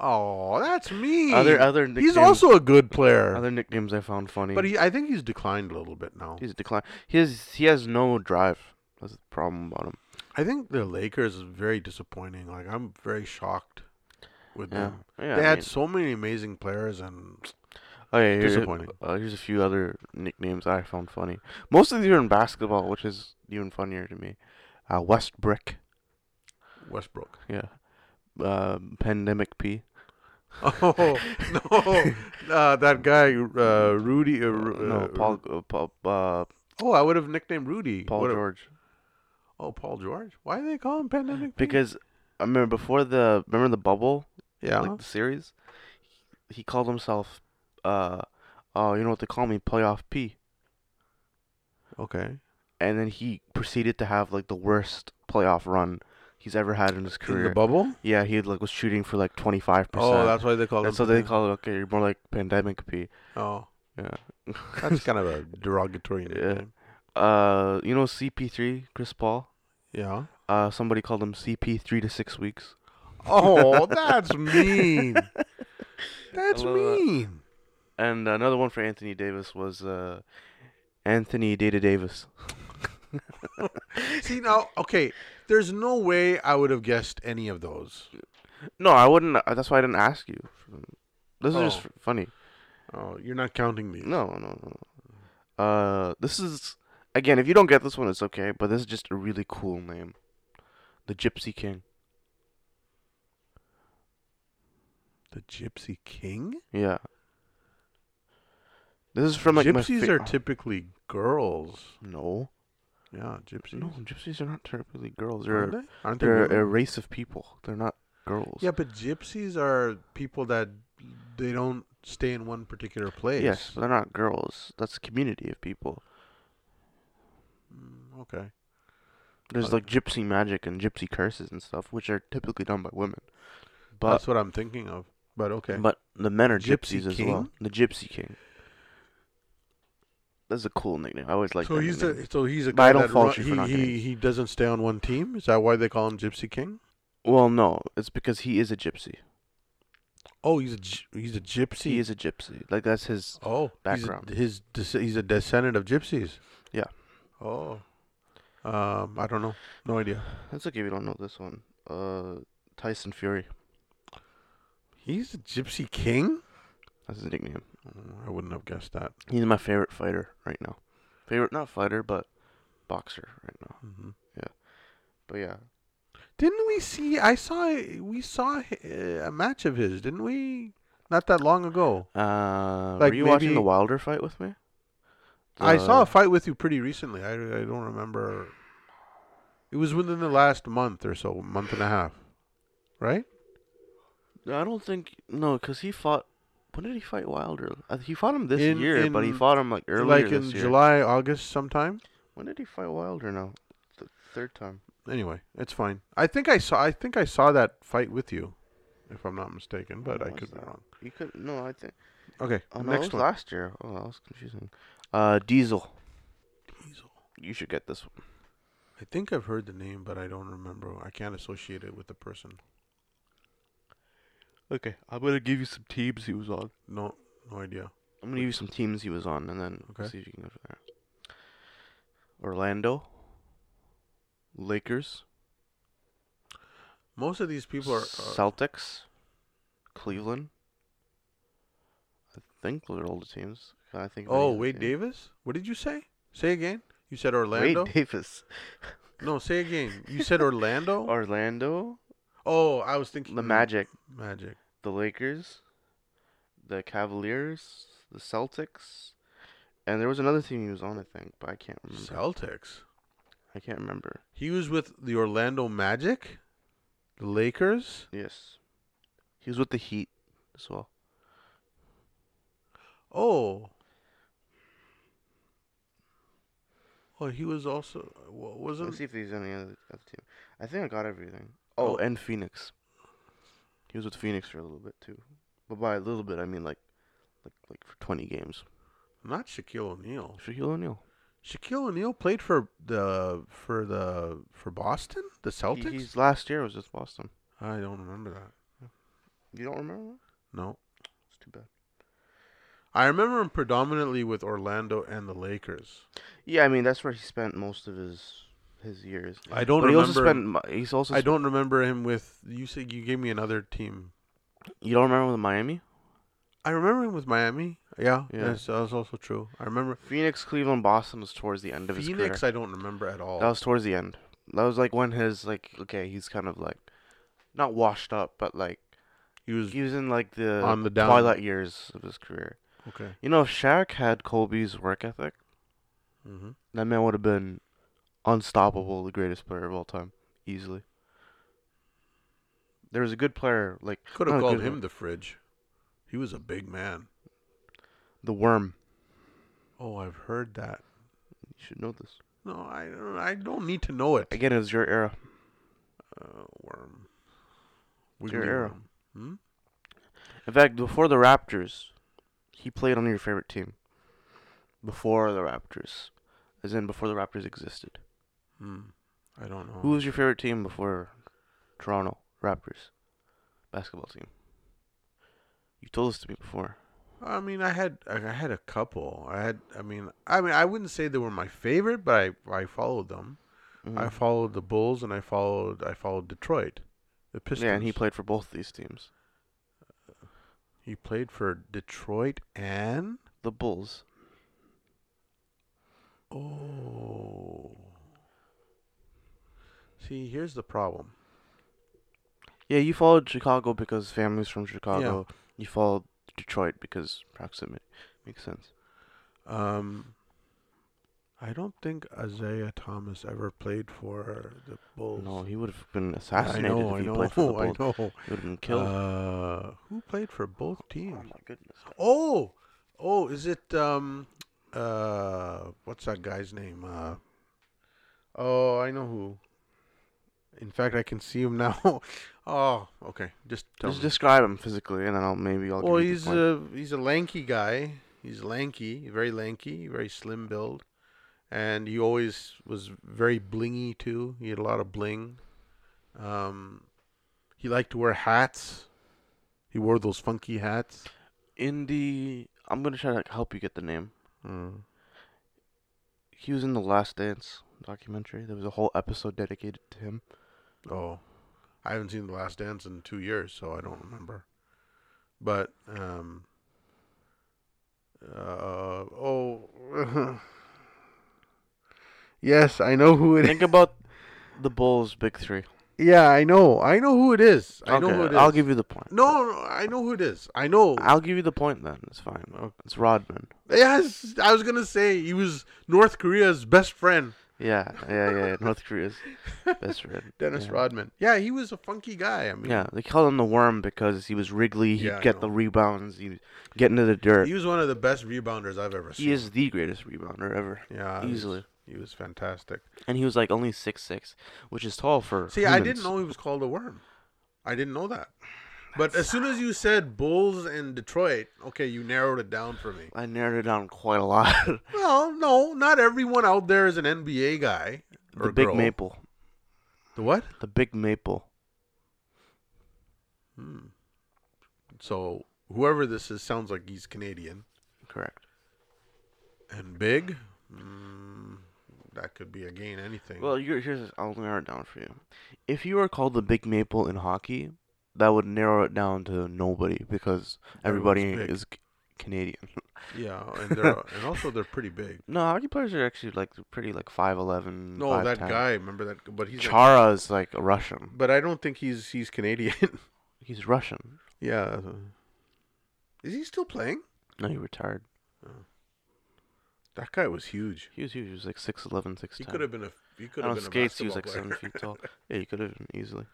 A: Oh, that's me.
B: Other other nicknames.
A: he's also a good player,
B: other nicknames I found funny.
A: but he, I think he's declined a little bit now.
B: He's decline. He has he has no drive. That's the problem about him.
A: I think the Lakers is very disappointing. Like I'm very shocked with
B: Yeah,
A: them.
B: yeah.
A: they
B: I
A: had
B: mean-
A: so many amazing players, and
B: okay, here-
A: disappointing.
B: uh, here's a few other nicknames I found funny. Most of these are in basketball, which is even funnier to me. Uh, Westbrook, [laughs]
A: Westbrook. [laughs]
B: yeah. Uh, Pandemic P.
A: Oh
B: [laughs]
A: no, uh, that guy uh, Rudy. Uh,
B: Uh,
A: Ru- uh,
B: no, Paul. Uh, Paul, uh,
A: Oh, I would have nicknamed Rudy.
B: Paul
A: What a-
B: George.
A: Oh, Paul George. Why do they call him Pandemic? P?
B: Because I remember before the remember the bubble,
A: yeah,
B: like the series, he called himself. Uh, oh, you know what they call me? Playoff P.
A: okay.
B: and then he proceeded to have like the worst playoff run he's ever had in his
A: In
B: career.
A: the bubble.
B: yeah, he like was shooting for like twenty five percent.
A: Oh, that's why they call him.
B: so they call it okay. You're more like pandemic P.
A: Oh,
B: Yeah.
A: that's kind of a derogatory
B: Yeah.
A: nickname.
B: [laughs] Uh, you know CP three, Chris Paul. [laughs]
A: Yeah.
B: Uh, somebody called him CP three to six weeks.
A: Oh, that's mean. That's
B: love that.
A: mean.
B: And another one for Anthony Davis was uh, Anthony Data Davis.
A: See now, okay. There's no way I would have guessed any of those.
B: No, I wouldn't. uh, That's why I didn't ask you. This is just
A: Oh.
B: f- funny.
A: Oh, you're not counting these.
B: No, no, no. no. Uh, this is again. If you don't get this one, it's okay. But this is just a really cool name, the Gypsy King.
A: The Gypsy King.
B: Yeah. This is from like my
A: gypsies
B: fa-
A: are typically girls.
B: no,
A: Yeah, gypsies.
B: no. Gypsies are not typically girls.
A: Aren't
B: They're
A: they? Aren't they?
B: they're
A: women?
B: a race of people. They're not girls.
A: Yeah, but gypsies are people that they don't stay in one particular place.
B: Yes, but they're not girls. That's a community of people.
A: Mm, Okay.
B: There's
A: Okay.
B: like gypsy magic and gypsy curses and stuff, which are typically done by women. But
A: That's what I'm thinking of. But okay.
B: But the men are
A: Gypsy
B: gypsies as well.
A: King?
B: The Gypsy King. That's a cool nickname. I always like
A: so
B: that.
A: he's
B: nickname.
A: a so he's a
B: But I
A: guy
B: don't
A: that
B: fault
A: ru-
B: you for not
A: he,
B: getting
A: he he doesn't stay on one team. Is that why they call him Gypsy King?
B: Well, no, it's because he is a gypsy.
A: Oh, he's a gy- he's a gypsy.
B: He is a gypsy. Like that's his.
A: oh he's a-
B: background.
A: his des- he's a descendant of gypsies.
B: Yeah.
A: Oh. Um, I don't know. No idea.
B: That's okay if you don't know this one. Uh, Tyson Fury.
A: He's a Gypsy King.
B: That's his nickname.
A: Mm, I wouldn't have guessed that.
B: He's my favorite fighter right now. Favorite, not fighter, but boxer right now.
A: hmm
B: But yeah,
A: Didn't we see? I saw we saw h- a match of his, didn't we? Not that long ago.
B: uh,
A: Like,
B: were you
A: maybe-
B: watching the Wilder fight with me?
A: I saw a
B: The-
A: fight with you pretty recently. I, I don't remember. It was within the last month or so, month and a half, right?
B: I don't think no, because he fought. When did he fight Wilder? Uh, He fought him this
A: In-
B: year, but he
A: in-
B: fought him like earlier
A: like
B: this
A: in
B: year.
A: July, August, sometime.
B: When did he fight Wilder? Now, the third time.
A: Anyway, it's fine. I think I saw. I think I saw that fight with you, if I'm not mistaken. But
B: When
A: I
B: was
A: could be
B: that?
A: wrong.
B: You could no, I think.
A: Okay,
B: Oh, no, it
A: next
B: was
A: one.
B: last year. Oh, that was confusing. Uh, Diesel.
A: Diesel.
B: You should get this one.
A: I think I've heard the name, but I don't remember. I can't associate it with the person.
B: Okay, I'm gonna give you some teams he was on.
A: No, no idea.
B: I'm gonna give you some teams he was on, and then
A: Okay.
B: see if you can go from there. Orlando. Lakers.
A: Most of these people are. uh, are
B: Celtics, Cleveland. I think they're all the teams. Can I think? of any
A: oh,
B: other
A: Wade
B: team?
A: Davis. What did you say? Say again. You said Orlando.
B: Wade Davis,
A: no, say again. You said
B: [laughs]
A: Orlando.
B: Orlando,
A: oh, I was thinking
B: the Magic,
A: Magic.
B: the Lakers, the Cavaliers, the Celtics, and there was another team he was on, I think, but I can't remember.
A: Celtics.
B: I can't remember.
A: He was with the Orlando Magic, the Lakers.
B: Yes, he was with the Heat as well.
A: Oh. Oh, he was also wa- wasn't.
B: Let's see if he's on any other, other team. I think I got everything. Oh,
A: Oh.
B: and Phoenix. He was with Phoenix for a little bit too, but by a little bit I mean like, like like for twenty games.
A: Not Shaquille O'Neal.
B: Shaquille O'Neal.
A: Shaquille O'Neal played for the for the for Boston, the
B: He-
A: Celtics.
B: He's last year was with Boston.
A: I don't remember that.
B: You don't remember? that?
A: No,
B: It's too bad.
A: I remember him predominantly with Orlando and the Lakers.
B: Yeah, I mean that's where he spent most of his his years.
A: I don't
B: but he also
A: remember.
B: spent. Mi- He's also.
A: I
B: I don't.
A: don't remember him with. You said you gave me another team.
B: You don't remember with Miami?
A: I remember him with Miami. Yeah,
B: Yeah.
A: That's, that's also true. I remember
B: Phoenix, Cleveland, Boston was towards the end of his career.
A: Phoenix. I don't remember at all.
B: That was towards the end. That was like when his like okay, he's kind of like, not washed up, but like.
A: he was
B: He was in like the,
A: On the down.
B: twilight years of his career.
A: okay.
B: You know, if Shaq had Colby's work ethic,
A: hmm
B: that man would have been unstoppable, the greatest player of all time, easily. There was a good player like
A: Could
B: not
A: have
B: a
A: called
B: good
A: him
B: one,
A: the fridge. He was a big man.
B: the Worm.
A: Oh, I've heard that.
B: You should know this.
A: No, I don't. I don't need to know it.
B: Again, it was your era.
A: Uh, worm.
B: Your era.
A: worm. Hmm?
B: In fact, before the Raptors, he played on your favorite team. Before the Raptors, as in before the Raptors existed.
A: Hmm. I don't know.
B: Who was your favorite team before Toronto Raptors basketball team? You told this to me before.
A: I mean, I had I I had a couple. I had. I mean, I mean, I wouldn't say they were my favorite, but I I followed them. I
B: Mhm.
A: followed the Bulls, and I followed I followed Detroit, the Pistons.
B: yeah, and he played for both these teams,
A: He played for Detroit and
B: the Bulls.
A: oh. See, here's the problem.
B: Yeah, you followed Chicago because family's from Chicago. You followed Detroit because proximity makes sense.
A: Um, I don't think Isaiah Thomas ever played for the Bulls.
B: No, he would have been
A: I
B: assassinated
A: know,
B: if
A: I
B: he
A: know,
B: played for the
A: [laughs] I
B: Bulls.
A: know.
B: He would have been killed.
A: Uh, who played for both
B: oh
A: teams?
B: my goodness.
A: Oh, oh, is it um, uh, what's that guy's name? Uh, oh, I know who. In fact, I can see him now. [laughs] oh, okay, just tell
B: Just
A: me.
B: describe him physically, and then I'll maybe I'll.
A: Well,
B: give you the
A: he's
B: point.
A: a he's a lanky guy. He's lanky, very lanky, very slim build, and he always was very blingy too. He had a lot of bling. Um, he liked to wear hats. He wore those funky hats.
B: in the. I'm gonna try to help you get the name.
A: Mm.
B: he was in the Last Dance documentary. There was a whole episode dedicated to
A: [laughs]
B: him.
A: Oh, I haven't seen The Last Dance in two years, so I don't remember. But um, Uh, oh. [laughs] yes, I know who it is.
B: Think about the Bulls' big three.
A: Yeah, I know. I know who it is. I know who it is.
B: I'll give you the point.
A: No, no, I know who it is. I know.
B: I'll give you the point then. It's fine. Oh, It's Rodman.
A: Yes, I was gonna say he was North Korea's best friend,
B: Yeah, yeah, yeah. yeah. North Korea's [laughs] best friend.
A: [laughs] Dennis
B: yeah.
A: Rodman. Yeah, he was a funky guy. I mean,
B: Yeah, they called him the worm because he was wriggly. He'd
A: Yeah, I
B: get
A: know.
B: the rebounds. He'd get into the dirt.
A: he was one of the best rebounders I've ever seen.
B: He is the greatest rebounder ever,
A: yeah, he was-
B: easily.
A: He was fantastic.
B: And he was like only six six, which is tall for.
A: See, I didn't
B: humans.
A: know he was called a worm. I didn't know that. But as soon as you said Bulls and Detroit, okay, you narrowed it down for me.
B: I narrowed it down quite a lot. [laughs]
A: Well, no, not everyone out there is an NBA guy or
B: the big
A: girl.
B: maple.
A: The what?
B: The big maple.
A: So whoever this is sounds like he's Canadian
B: Correct.
A: and big. Mm, that could be again anything.
B: Well, you're, here's I'll narrow it down for you. If you were called the big maple in hockey, that would narrow it down to nobody because everybody
A: Everyone's big.
B: is c- Canadian. [laughs]
A: yeah, and they're and also they're pretty big.
B: no, hockey players are actually like pretty like five eleven.
A: No, that guy. Remember that? But he's. like-
B: Chara is like a Russian.
A: but I don't think he's he's Canadian. [laughs]
B: He's Russian.
A: yeah. Is he still playing?
B: No, he retired.
A: That guy was huge.
B: He was huge. He was like 6'11", 6'10".
A: He could have been a. He could have
B: on
A: been
B: skates,
A: a
B: he was like
A: basketball
B: seven
A: [laughs] player.
B: feet tall. Yeah, he could have been easily.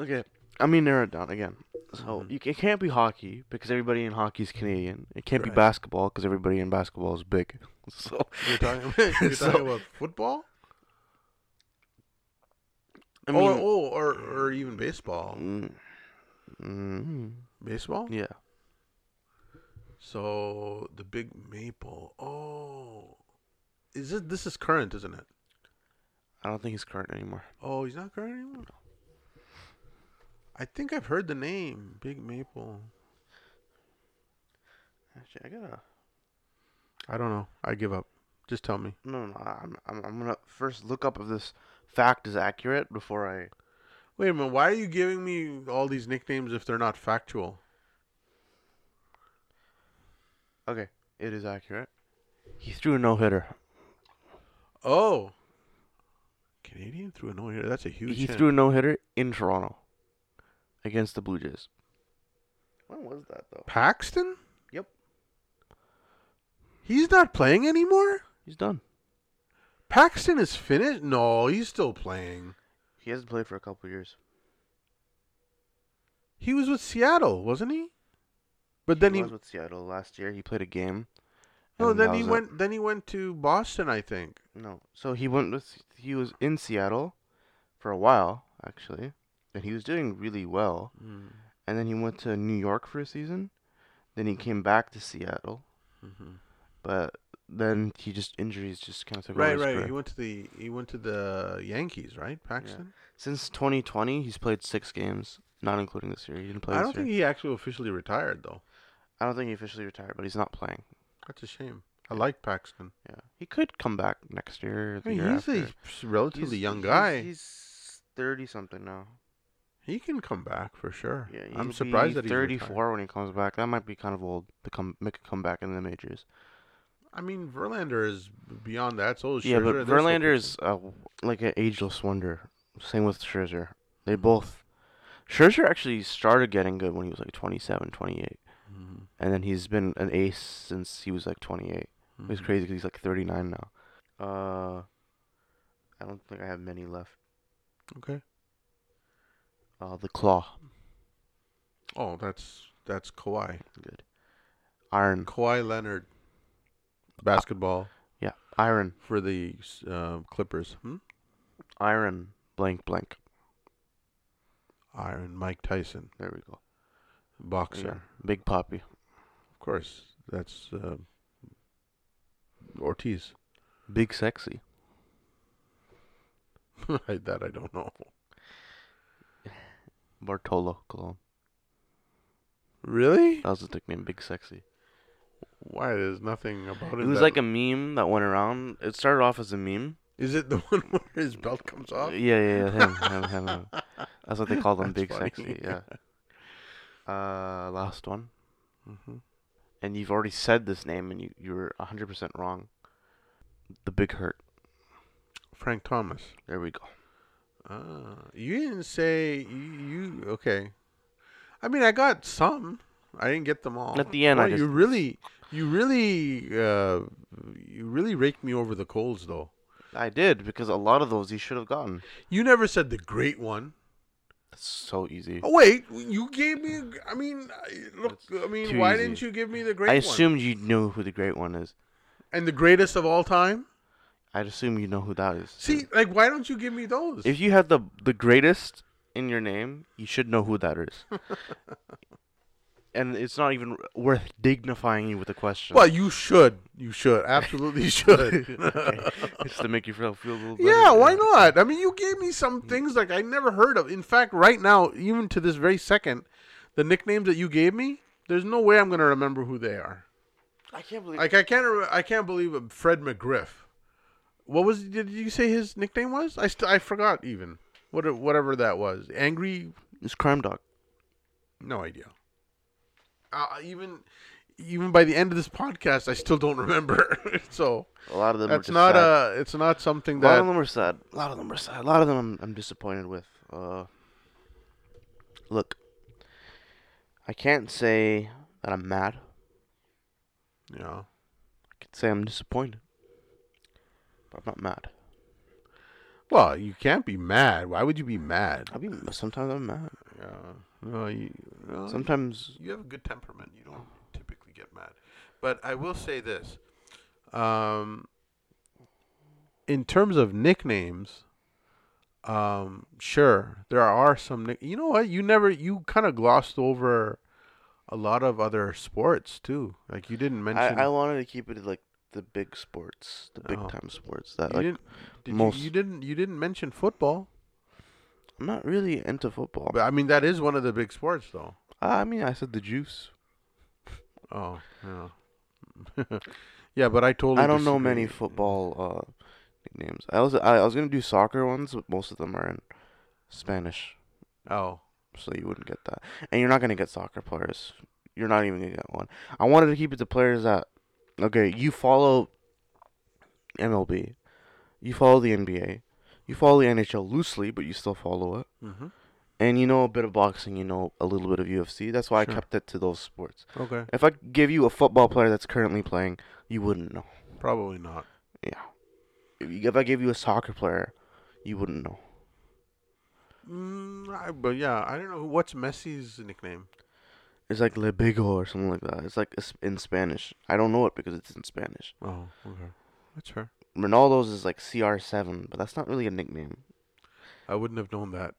B: Okay, I mean narrow it down again. So
A: Mhm.
B: you, ca- it can't be hockey because everybody in hockey is Canadian. It can't
A: Right.
B: be basketball because everybody in basketball is big. [laughs] So
A: You're talking, you're
B: [laughs] So-
A: talking about football,
B: I mean,
A: or, oh, or or even baseball.
B: mm, mm,
A: Baseball.
B: yeah,
A: So the big maple. Oh, is it? This is current, isn't it?
B: I don't think he's current anymore.
A: Oh, he's not current anymore. I think I've heard the name Big Maple.
B: Actually, I gotta.
A: I don't know. I give up. Just tell me.
B: No, no, I'm, I'm, I'm gonna first look up if this fact is accurate before I.
A: Wait a minute. Why are you giving me all these nicknames if they're not factual?
B: Okay, it is accurate. He threw a no hitter.
A: Oh, Canadian threw a no hitter. That's a huge.
B: he
A: hit.
B: threw a no hitter in Toronto against the Blue Jays. When was that though?
A: Paxton.
B: Yep.
A: He's not playing anymore.
B: He's done.
A: Paxton is finished. No, he's still playing.
B: He hasn't played for a couple years.
A: He was with Seattle, wasn't he? But then he,
B: was with Seattle last year. He played a game.
A: no.
B: and
A: Oh, Then
B: that
A: he
B: was it.
A: went. Then he went to Boston, I think.
B: No, so he went with. He was in Seattle for a while actually, and he was doing really well. And then he went to New York for a season. Then he came back to Seattle, but then he just injuries just kind of took
A: Right,
B: over his
A: right.
B: career.
A: He went to the he went to the Yankees, right? Paxton.
B: Since 2020, he's played six games, not including this year. He didn't play.
A: I
B: this
A: don't
B: year.
A: think he actually officially retired though.
B: I don't think he officially retired, but he's not playing.
A: That's a shame. I like Paxton.
B: Yeah, he could come back next year. or
A: I
B: The
A: mean,
B: year
A: he's a
B: after.
A: s- relatively
B: He's-
A: young
B: he's-
A: guy.
B: He's thirty something now.
A: he can come back for sure.
B: Yeah, he'll
A: I'm
B: be
A: surprised that he's
B: thirty-four
A: retired.
B: when he comes back. That might be kind of old to come make a comeback in the majors.
A: I mean, Verlander is beyond that. So is
B: yeah, but
A: Scherzer, they're still
B: Verlander is uh, like an ageless wonder. Same with Scherzer. They
A: Hmm.
B: both. Scherzer actually started getting good when he was like 27, 28.
A: pitching.
B: and then he's been an ace since he was like 28.
A: Mhm,
B: It's
A: mhm.
B: crazy because he's like 39 now. Uh, I don't think I have many left.
A: Mm-hmm. Okay.
B: Uh, the Claw.
A: Oh, that's that's Kawhi.
B: Good. Iron.
A: Kawhi Leonard. Basketball
B: Yeah. Iron.
A: for the uh, Clippers. Hmm?
B: Iron. Blank, blank.
A: Iron Mike Tyson,
B: There we go.
A: boxer.
B: Yeah. Big Poppy.
A: Of course, that's uh, Ortiz. [laughs]
B: Big Sexy.
A: I- that I don't know.
B: Bartolo Colon.
A: Really?
B: That was his nickname, Big Sexy.
A: Why? There's nothing about it.
B: It was
A: that-
B: like a meme that went around. It started off as a meme.
A: Is it the [laughs] one where his belt comes
B: Yeah,
A: off? [laughs]
B: yeah, yeah. Him, him, him, him. That's what they called him,
A: That's
B: Big
A: funny.
B: Sexy. Yeah. uh, last one,
A: [laughs] Mm-hmm.
B: and you've already said this name, and you you were hundred percent wrong. The Big Hurt.
A: Frank Thomas.
B: There we go.
A: Ah, you didn't say you, you. Okay. I mean, I got some. I didn't get them all.
B: At the end, I
A: Boy,
B: just-
A: you really, you really, uh, you really raked me over the coals, though.
B: I did because a lot of those you should have gotten.
A: You never said the great one.
B: That's so easy.
A: Oh wait, you gave me. a- I mean, I- look. I mean,
B: too
A: why
B: easy.
A: didn't you give me the great
B: I
A: one?
B: assumed you knew who the great one is.
A: And the greatest of all time.
B: I'd assume you know who that is.
A: See, like, why don't you give me those? [laughs]
B: if you had the the greatest in your name, you should know who that is. and it's not even worth dignifying you with a question.
A: [laughs] well, you should. You should.
B: [laughs]
A: Absolutely should.
B: okay. Just to make you feel, feel a little better.
A: Yeah, why not? I mean, you gave me
B: Mm.
A: some things like I never heard of. In fact, right now, even to this very second, the nicknames that you gave me, there's no way I'm gonna remember who they are.
B: I can't believe.
A: Like I can't, re- I can't believe uh, Fred McGriff. What was? Did you say his nickname was? I st- I forgot even. What whatever that was. Angry?
B: It's Crime Dog.
A: No idea. Uh, even even by the end of this podcast, I still don't remember. [laughs] so
B: A lot of them.
A: that's
B: are just
A: not
B: sad.
A: a. It's not something
B: A lot of
A: that.
B: them are sad. A lot of them are sad. A lot of them I'm, I'm disappointed with. Uh, look, I can't say that I'm mad.
A: Yeah.
B: I can say I'm disappointed, but I'm not mad.
A: Well, you can't be mad. Why would you be mad?
B: I mean, sometimes I'm mad.
A: Yeah. Well, you, well,
B: Sometimes
A: you have a good temperament. You don't typically get mad. But I will say this. Um, in terms of nicknames, um, sure, there are some. Nick- you know what? You never. You kind of glossed over a lot of other sports too. Like you didn't
B: I,
A: mention.
B: I wanted to keep it like the big sports, the big
A: Oh.
B: time sports. That
A: you
B: like
A: didn't. Did
B: most-
A: you, you didn't. You didn't mention football.
B: I'm not really into football.
A: But I mean, that is one of the big sports, though.
B: I mean, I said the juice.
A: Oh, yeah. [laughs] yeah, but I totally
B: I don't know many
A: disagree.
B: football uh, nicknames. I was I, I was gonna do soccer ones, but most of them are in Spanish,
A: Oh.
B: so you wouldn't get that. And you're not gonna get soccer players. You're not even gonna get one. I wanted to keep it to players that okay, you follow MLB, you follow the NBA, you follow the NHL loosely, but you still follow it.
A: Mm-hmm.
B: And you know a bit of boxing, you know a little bit of UFC. That's why
A: Sure.
B: I kept it to those sports.
A: Okay.
B: If I give you a football player that's currently playing, you wouldn't know.
A: Probably not.
B: if you- if I gave you a soccer player, you wouldn't know.
A: Mm, I, but yeah, I don't know. What's Messi's nickname?
B: It's like Le Bigo or something like that. It's like it's in Spanish. I don't know it because it's in Spanish.
A: Oh, okay. That's her.
B: Ronaldo's is like CR7, but that's not really a nickname.
A: I wouldn't have known that.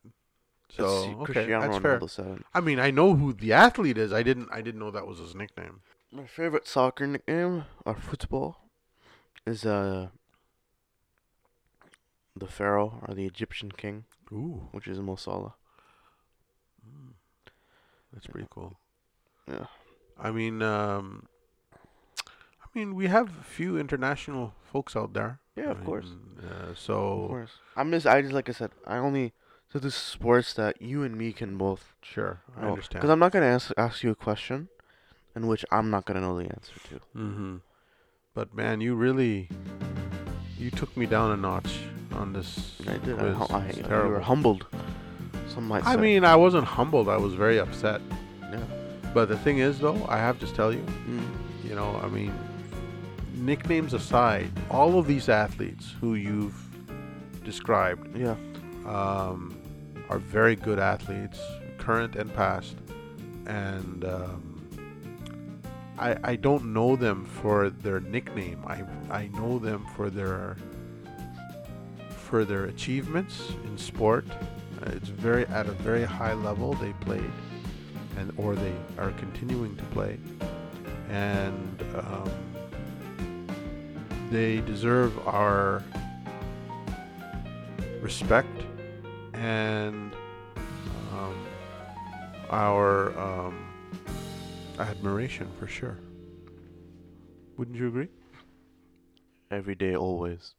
A: So,
B: It's
A: Oh, okay,
B: Cristiano
A: that's fair.
B: Ronaldo 7.
A: I mean, I know who the athlete is. I didn't I didn't know that was his nickname.
B: My favorite soccer nickname or football is uh the Pharaoh or the Egyptian king,
A: Ooh,
B: which is Mo Salah.
A: Mm. that's pretty cool.
B: Yeah.
A: I mean, um, I mean, we have a few international folks out there.
B: Yeah, of course.
A: mean, Uh, so,
B: Of course. I'm just I just like I said, I only so this is sports that you and me can both
A: sure, I
B: Oh,
A: understand.
B: Because I'm not gonna ask ask you a question, in which I'm not gonna know the answer to.
A: Mm-hmm. But man, you really you took me down a notch on this.
B: I did. I,
A: quiz.
B: hu- I,
A: It's
B: you were
A: terrible.
B: humbled. Some might
A: I
B: say.
A: mean, I wasn't humbled. I was very upset.
B: Yeah.
A: But the thing is, though, I have to tell you,
B: Mm.
A: you know, I mean, nicknames aside, all of these athletes who you've described
B: yeah.
A: um, are very good athletes, current and past, and um, I I don't know them for their nickname. I I know them for their for their achievements in sport. Uh, It's very at a very high level they played, and or they are continuing to play, and um, they deserve our respect and um, our um, admiration for sure. Wouldn't you agree?
B: Every day, always.